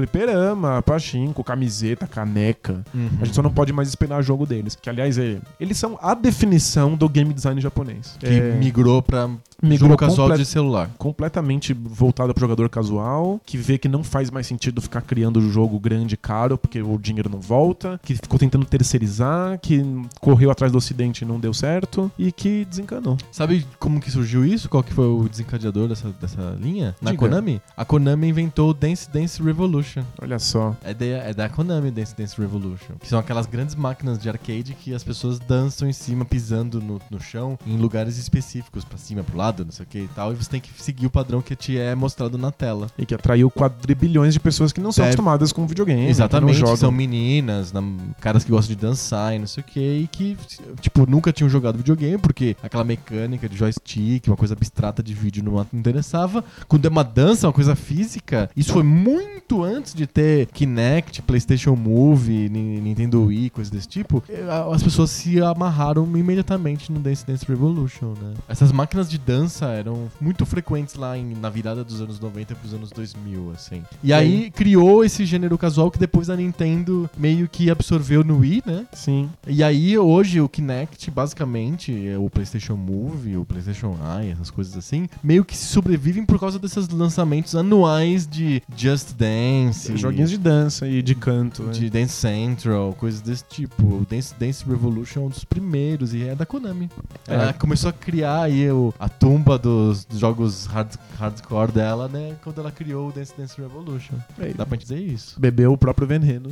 Speaker 2: fliperama, pachinko, camiseta, caneca. A gente só não pode mais esperar jogo deles. Que, aliás, é- eles são a definição do game design japonês.
Speaker 1: Que
Speaker 2: É,
Speaker 1: migrou pra
Speaker 2: migrou
Speaker 1: jogo casual
Speaker 2: comple-
Speaker 1: de celular.
Speaker 2: completamente voltada pro jogador casual, que vê que não faz mais sentido ficar criando um jogo grande e caro, porque o dinheiro não volta, que ficou tentando terceirizar, que correu atrás do ocidente e não deu certo, e que desencanou.
Speaker 1: Sabe como que surgiu isso? Qual que foi o desencadeador dessa, dessa linha? Na
Speaker 2: Diga.
Speaker 1: Konami? A Konami inventou o Dance Dance Revolution.
Speaker 2: Olha só.
Speaker 1: É da, é da Konami, Dance Dance Revolution. Que são aquelas grandes máquinas de arcade que as pessoas dançam em cima, pisando no, no chão, em lugares específicos, pra cima, pro lado, não sei o que e tal. E você tem que seguir o padrão que te é mostrado na tela.
Speaker 2: E que atraiu quadrilhões de pessoas que não são
Speaker 1: É.
Speaker 2: acostumadas com videogame. que
Speaker 1: Exatamente,
Speaker 2: Não
Speaker 1: são
Speaker 2: jogam.
Speaker 1: meninas, nam- caras que gostam de dançar e não sei o que, e que, tipo, nunca tinham jogado videogame, porque aquela mecânica de joystick, uma coisa abstrata de vídeo não interessava. Quando é uma dança, uma coisa física, isso foi muito antes de ter Kinect, Playstation Move, Ni- Nintendo Wii, coisas desse tipo. E, a- As pessoas se amarraram imediatamente no Dance Dance Revolution, né? Essas máquinas de dança eram muito frequentes lá em- na virada dos anos 90 pros anos 2000, assim. E aí criou esse gênero casual que depois a Nintendo meio que absorveu no Wii, né?
Speaker 2: Sim.
Speaker 1: E aí hoje o Kinect, basicamente, é o PlayStation Move, o PlayStation Eye, essas coisas assim, meio que sobrevivem por causa desses lançamentos anuais de Just Dance,
Speaker 2: Joguinhos de dança e de canto. né?
Speaker 1: É, de Dance Central, coisas desse tipo. O Dance Dance Revolution é um dos primeiros e é da Konami. Ela
Speaker 2: É.
Speaker 1: começou a criar aí o- a tumba dos dos jogos hard, hardcore dela, né? Quando ela criou o Dance Dance Revolution.
Speaker 2: É,
Speaker 1: Dá pra dizer isso.
Speaker 2: Bebeu o próprio veneno.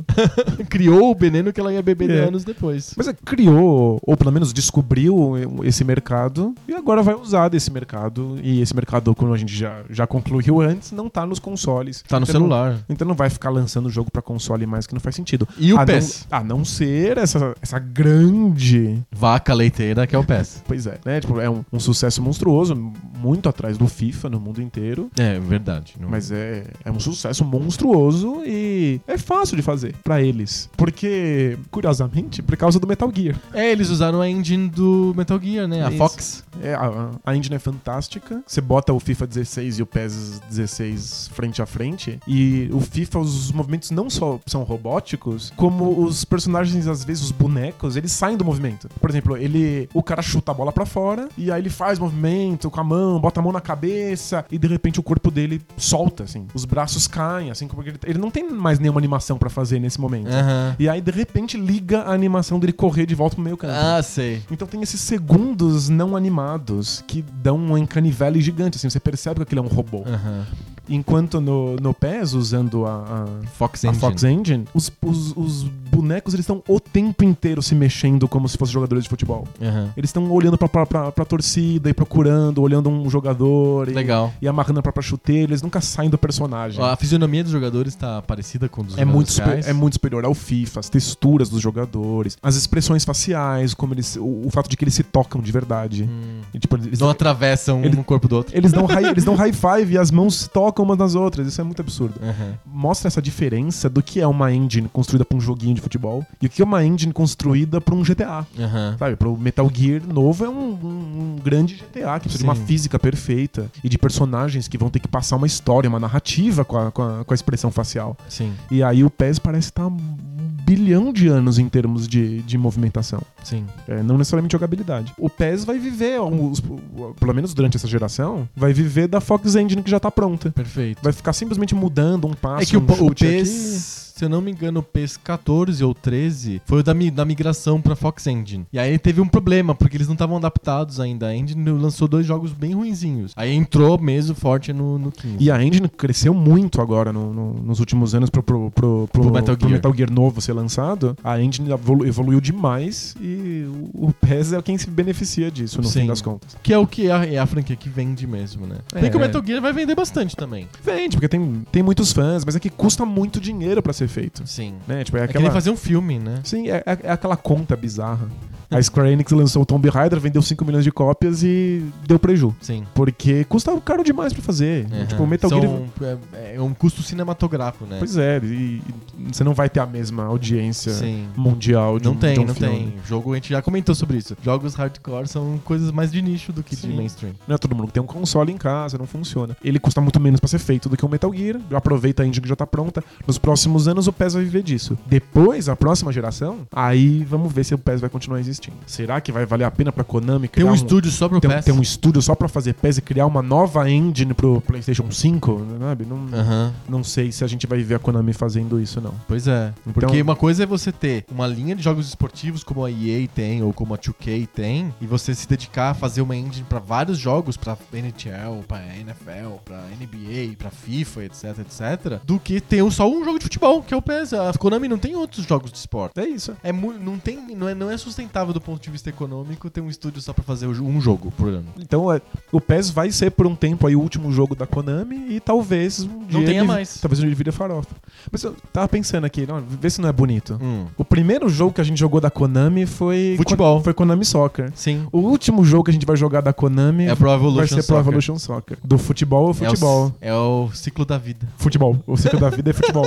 Speaker 1: criou o veneno que ela ia beber
Speaker 2: É.
Speaker 1: anos depois.
Speaker 2: Mas é, criou, ou pelo menos descobriu eh, esse mercado, e agora vai usar desse mercado. E esse mercado, como a gente já, já concluiu antes, não tá nos consoles.
Speaker 1: Tá no
Speaker 2: Então não-
Speaker 1: celular.
Speaker 2: então não vai ficar lançando jogo pra console mais, que não faz sentido.
Speaker 1: E o
Speaker 2: a
Speaker 1: PES?
Speaker 2: Não, a não ser essa, essa grande
Speaker 1: Vaca leiteira que é o PES.
Speaker 2: Pois é, né? Tipo, é um, um sucesso monstruoso, muito atrás do FIFA no mundo inteiro.
Speaker 1: É, verdade. Não...
Speaker 2: Mas é, é um sucesso monstruoso e é fácil de fazer pra eles. Porque, curiosamente, por causa do Metal Gear.
Speaker 1: É, eles usaram a engine do Metal Gear, né? A
Speaker 2: Isso.
Speaker 1: Fox.
Speaker 2: É, a, a engine é fantástica. Você bota o FIFA 16 e o PES 16 frente a frente. E o FIFA, os movimentos não só são robóticos, como os personagens, às vezes, os bonecos, eles saem do movimento. Por exemplo, ele. O cara chuta a bola pra fora e aí ele faz movimento com a mão, bota a mão na cabeça e de repente o corpo dele solta, assim. Os braços caem, assim, como que ele, ele não tem mais nenhuma animação pra fazer nesse momento.
Speaker 1: Aham.
Speaker 2: E aí, de repente, liga a animação dele correr de volta pro meio campo.
Speaker 1: Ah, sei.
Speaker 2: Então tem esses segundos não animados que dão um encanivele gigante, assim, você percebe que aquilo é um robô.
Speaker 1: Aham.
Speaker 2: Enquanto no, no PES, usando a, a-
Speaker 1: Fox
Speaker 2: a
Speaker 1: Engine.
Speaker 2: Fox Engine, os, os, os bonecos eles estão o tempo inteiro se mexendo como se fossem jogadores de futebol.
Speaker 1: Aham.
Speaker 2: Eles estão olhando pra, pra, pra, pra torcida e procurando, olhando um jogador e,
Speaker 1: Legal. Ah,
Speaker 2: e amarrando a própria chuteira. Eles nunca saem do personagem.
Speaker 1: A fisionomia dos jogadores tá parecida com a dos
Speaker 2: É muito,
Speaker 1: jogadores
Speaker 2: super-
Speaker 1: reais?
Speaker 2: é muito superior ao FIFA, as texturas dos jogadores, as expressões faciais, como eles, o, o fato de que eles se tocam de verdade. E, tipo, eles,
Speaker 1: Hum. Eles não atravessam
Speaker 2: Ele-
Speaker 1: um no corpo do outro.
Speaker 2: eles dão high, eles dão high five e as mãos se tocam umas nas outras. Isso é muito absurdo.
Speaker 1: Aham.
Speaker 2: Mostra essa diferença do que é uma engine construída pra um joguinho de futebol e o que é uma engine construída pra um GTA.
Speaker 1: Aham.
Speaker 2: Sabe, pro Metal Gear novo é um, um- um grande GTA, que precisa de uma
Speaker 1: Sim.
Speaker 2: física perfeita e de personagens que vão ter que passar uma história, uma narrativa com a, com a- com a expressão facial.
Speaker 1: Sim,
Speaker 2: E aí o PES parece estar um bilhão de anos em termos de, de movimentação.
Speaker 1: sim.
Speaker 2: É, não necessariamente jogabilidade. O PES vai viver, um- os- pelo menos durante essa geração, vai viver da Fox Engine que já tá pronta.
Speaker 1: Perfeito.
Speaker 2: Vai ficar simplesmente mudando um passo.
Speaker 1: É que o,
Speaker 2: um
Speaker 1: o
Speaker 2: chute aqui.
Speaker 1: PES, se eu não me engano, o PES 14 ou 13 foi o da, mi- da migração pra Fox Engine. E aí teve um problema, porque eles não estavam adaptados ainda. A Engine lançou dois jogos bem ruinzinhos. Aí entrou mesmo forte no, no 15.
Speaker 2: E a engine cresceu muito agora no- no- nos últimos anos pro, pro, pro, pro-
Speaker 1: Pro Metal
Speaker 2: pro
Speaker 1: Gear.
Speaker 2: Metal Gear novo ser lançado. A engine evolu- evoluiu demais e o o PES é quem se beneficia disso, no
Speaker 1: Sim.
Speaker 2: fim das contas.
Speaker 1: Que é o que é a, é a franquia que vende mesmo, né? Bem que o
Speaker 2: É.
Speaker 1: Metal Gear vai vender bastante também.
Speaker 2: Vende, porque tem, tem muitos fãs, mas é que custa muito dinheiro pra ser feito.
Speaker 1: Sim.
Speaker 2: Né? Tipo, é
Speaker 1: É
Speaker 2: aquela...
Speaker 1: que nem fazer um filme, né?
Speaker 2: Sim, é, é- é aquela conta bizarra. A Square Enix lançou o Tomb Raider, vendeu 5 milhões de cópias e deu preju.
Speaker 1: Sim.
Speaker 2: Porque custa caro demais pra fazer. Tipo, o Metal
Speaker 1: Uhum. São-
Speaker 2: Gear...
Speaker 1: é, é um custo cinematográfico, né?
Speaker 2: Pois é, e, e você não vai ter a mesma audiência
Speaker 1: Sim.
Speaker 2: mundial de
Speaker 1: Não
Speaker 2: um,
Speaker 1: tem,
Speaker 2: de um
Speaker 1: não
Speaker 2: filme.
Speaker 1: tem. Jogo, a gente já comentou sobre isso. Jogos hardcore são coisas mais de nicho do que de
Speaker 2: Sim.
Speaker 1: mainstream.
Speaker 2: Não é todo mundo que tem um console em casa, não funciona. Ele custa muito menos pra ser feito do que o Metal Gear. Aproveita a engine que já tá pronta. Nos próximos anos o PES vai viver disso. Depois, a próxima geração, aí vamos ver se o PES vai continuar existindo. Será que vai valer a pena pra Konami
Speaker 1: Tem
Speaker 2: criar
Speaker 1: um estúdio só pro
Speaker 2: tem,
Speaker 1: PES?
Speaker 2: tem um estúdio só pra fazer PES e criar uma nova engine pro PlayStation 5, sabe? Não,
Speaker 1: Aham.
Speaker 2: não sei se a gente vai ver a Konami fazendo isso, não.
Speaker 1: Pois é.
Speaker 2: Então-
Speaker 1: Porque uma coisa é você ter uma linha de jogos esportivos como a EA tem ou como a 2K tem e você se dedicar a fazer uma engine pra vários jogos, pra NHL, pra NFL, pra NBA, pra FIFA, etc, etc, do que ter um- só um jogo de futebol, que é o PES. A Konami não tem outros jogos de esporte.
Speaker 2: É isso.
Speaker 1: É mu- não, tem, não, é, não é sustentável do ponto de vista econômico ter um estúdio só pra fazer o jo- um jogo por ano.
Speaker 2: Então, é, o PES vai ser por um tempo aí o último jogo da Konami e talvez um dia
Speaker 1: tenha
Speaker 2: ele-
Speaker 1: mais.
Speaker 2: Talvez ele vire farofa. Mas eu tava pensando aqui, não, vê se não é bonito.
Speaker 1: Hum.
Speaker 2: O primeiro jogo que a gente jogou da Konami foi
Speaker 1: Futebol.
Speaker 2: foi Konami Soccer.
Speaker 1: Sim.
Speaker 2: O último jogo que a gente vai jogar da Konami
Speaker 1: É Pro Evolution
Speaker 2: vai ser Pro
Speaker 1: Soccer.
Speaker 2: Evolution Soccer. Do futebol,
Speaker 1: É o-
Speaker 2: futebol.
Speaker 1: É o, ciclo da vida.
Speaker 2: Futebol. O ciclo da vida é futebol.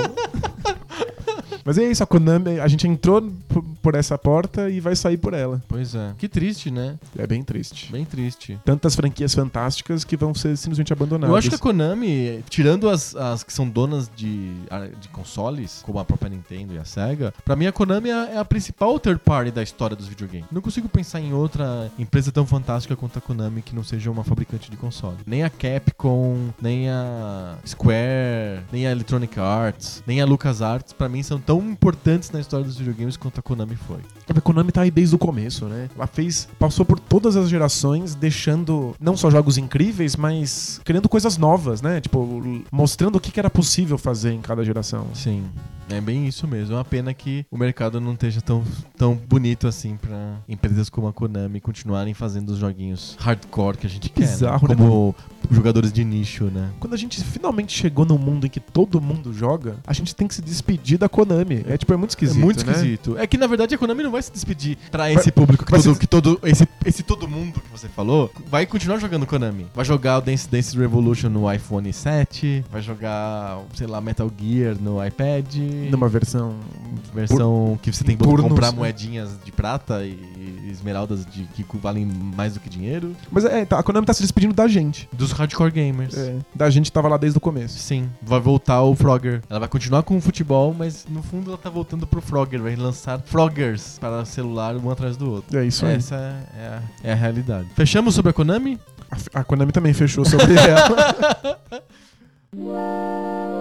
Speaker 2: Mas é isso, a Konami, a gente entrou por- por essa porta e vai sair por ela.
Speaker 1: Pois é. Que triste, né?
Speaker 2: É bem triste.
Speaker 1: Bem triste.
Speaker 2: Tantas franquias fantásticas que vão ser simplesmente abandonadas.
Speaker 1: Eu acho que a Konami, tirando as, as que são donas de, de consoles, como a própria Nintendo e a SEGA, pra mim a Konami é a, é a principal third party da história dos videogames. Não consigo pensar em outra empresa tão fantástica quanto a Konami que não seja uma fabricante de console. Nem a Capcom, nem a Square, nem a Electronic Arts, nem a LucasArts, pra mim são tão importantes na história dos videogames quanto a Konami foi.
Speaker 2: A Konami tá aí desde o começo, né? Ela fez, passou por todas as gerações, deixando não só jogos incríveis, mas criando coisas novas, né? Tipo, l- mostrando o que que era possível fazer em cada geração.
Speaker 1: Sim. É bem isso mesmo. É uma pena que o mercado não esteja tão, tão bonito assim pra empresas como a Konami continuarem fazendo os joguinhos hardcore que a gente quer. né?
Speaker 2: Bizarro, né,
Speaker 1: Como jogadores de nicho, né?
Speaker 2: Quando a gente finalmente chegou num mundo em que todo mundo joga, a gente tem que se despedir da Konami. É tipo, é muito esquisito,
Speaker 1: é muito
Speaker 2: né?
Speaker 1: esquisito. É que na verdade a Konami não vai se despedir pra esse público que
Speaker 2: vai
Speaker 1: todo,
Speaker 2: se-
Speaker 1: que todo esse, esse todo mundo que você falou vai continuar jogando Konami. Vai jogar o Dance Dance Revolution no iPhone 7, vai jogar, sei lá, Metal Gear no iPad.
Speaker 2: Numa versão
Speaker 1: Versão que você tem que
Speaker 2: Burnos,
Speaker 1: comprar
Speaker 2: né?
Speaker 1: moedinhas de prata e e esmeraldas de, que cu- valem mais do que dinheiro.
Speaker 2: Mas é, tá, a Konami tá se despedindo da gente.
Speaker 1: Dos hardcore gamers.
Speaker 2: Da gente que tava lá desde o começo.
Speaker 1: Sim, vai voltar o Frogger. Ela vai continuar com o futebol, mas no fundo ela tá voltando pro Frogger. Vai lançar Froggers para celular um atrás do outro.
Speaker 2: É isso aí.
Speaker 1: Essa é a, é a realidade. Fechamos sobre a Konami?
Speaker 2: A, a Konami também fechou sobre ela.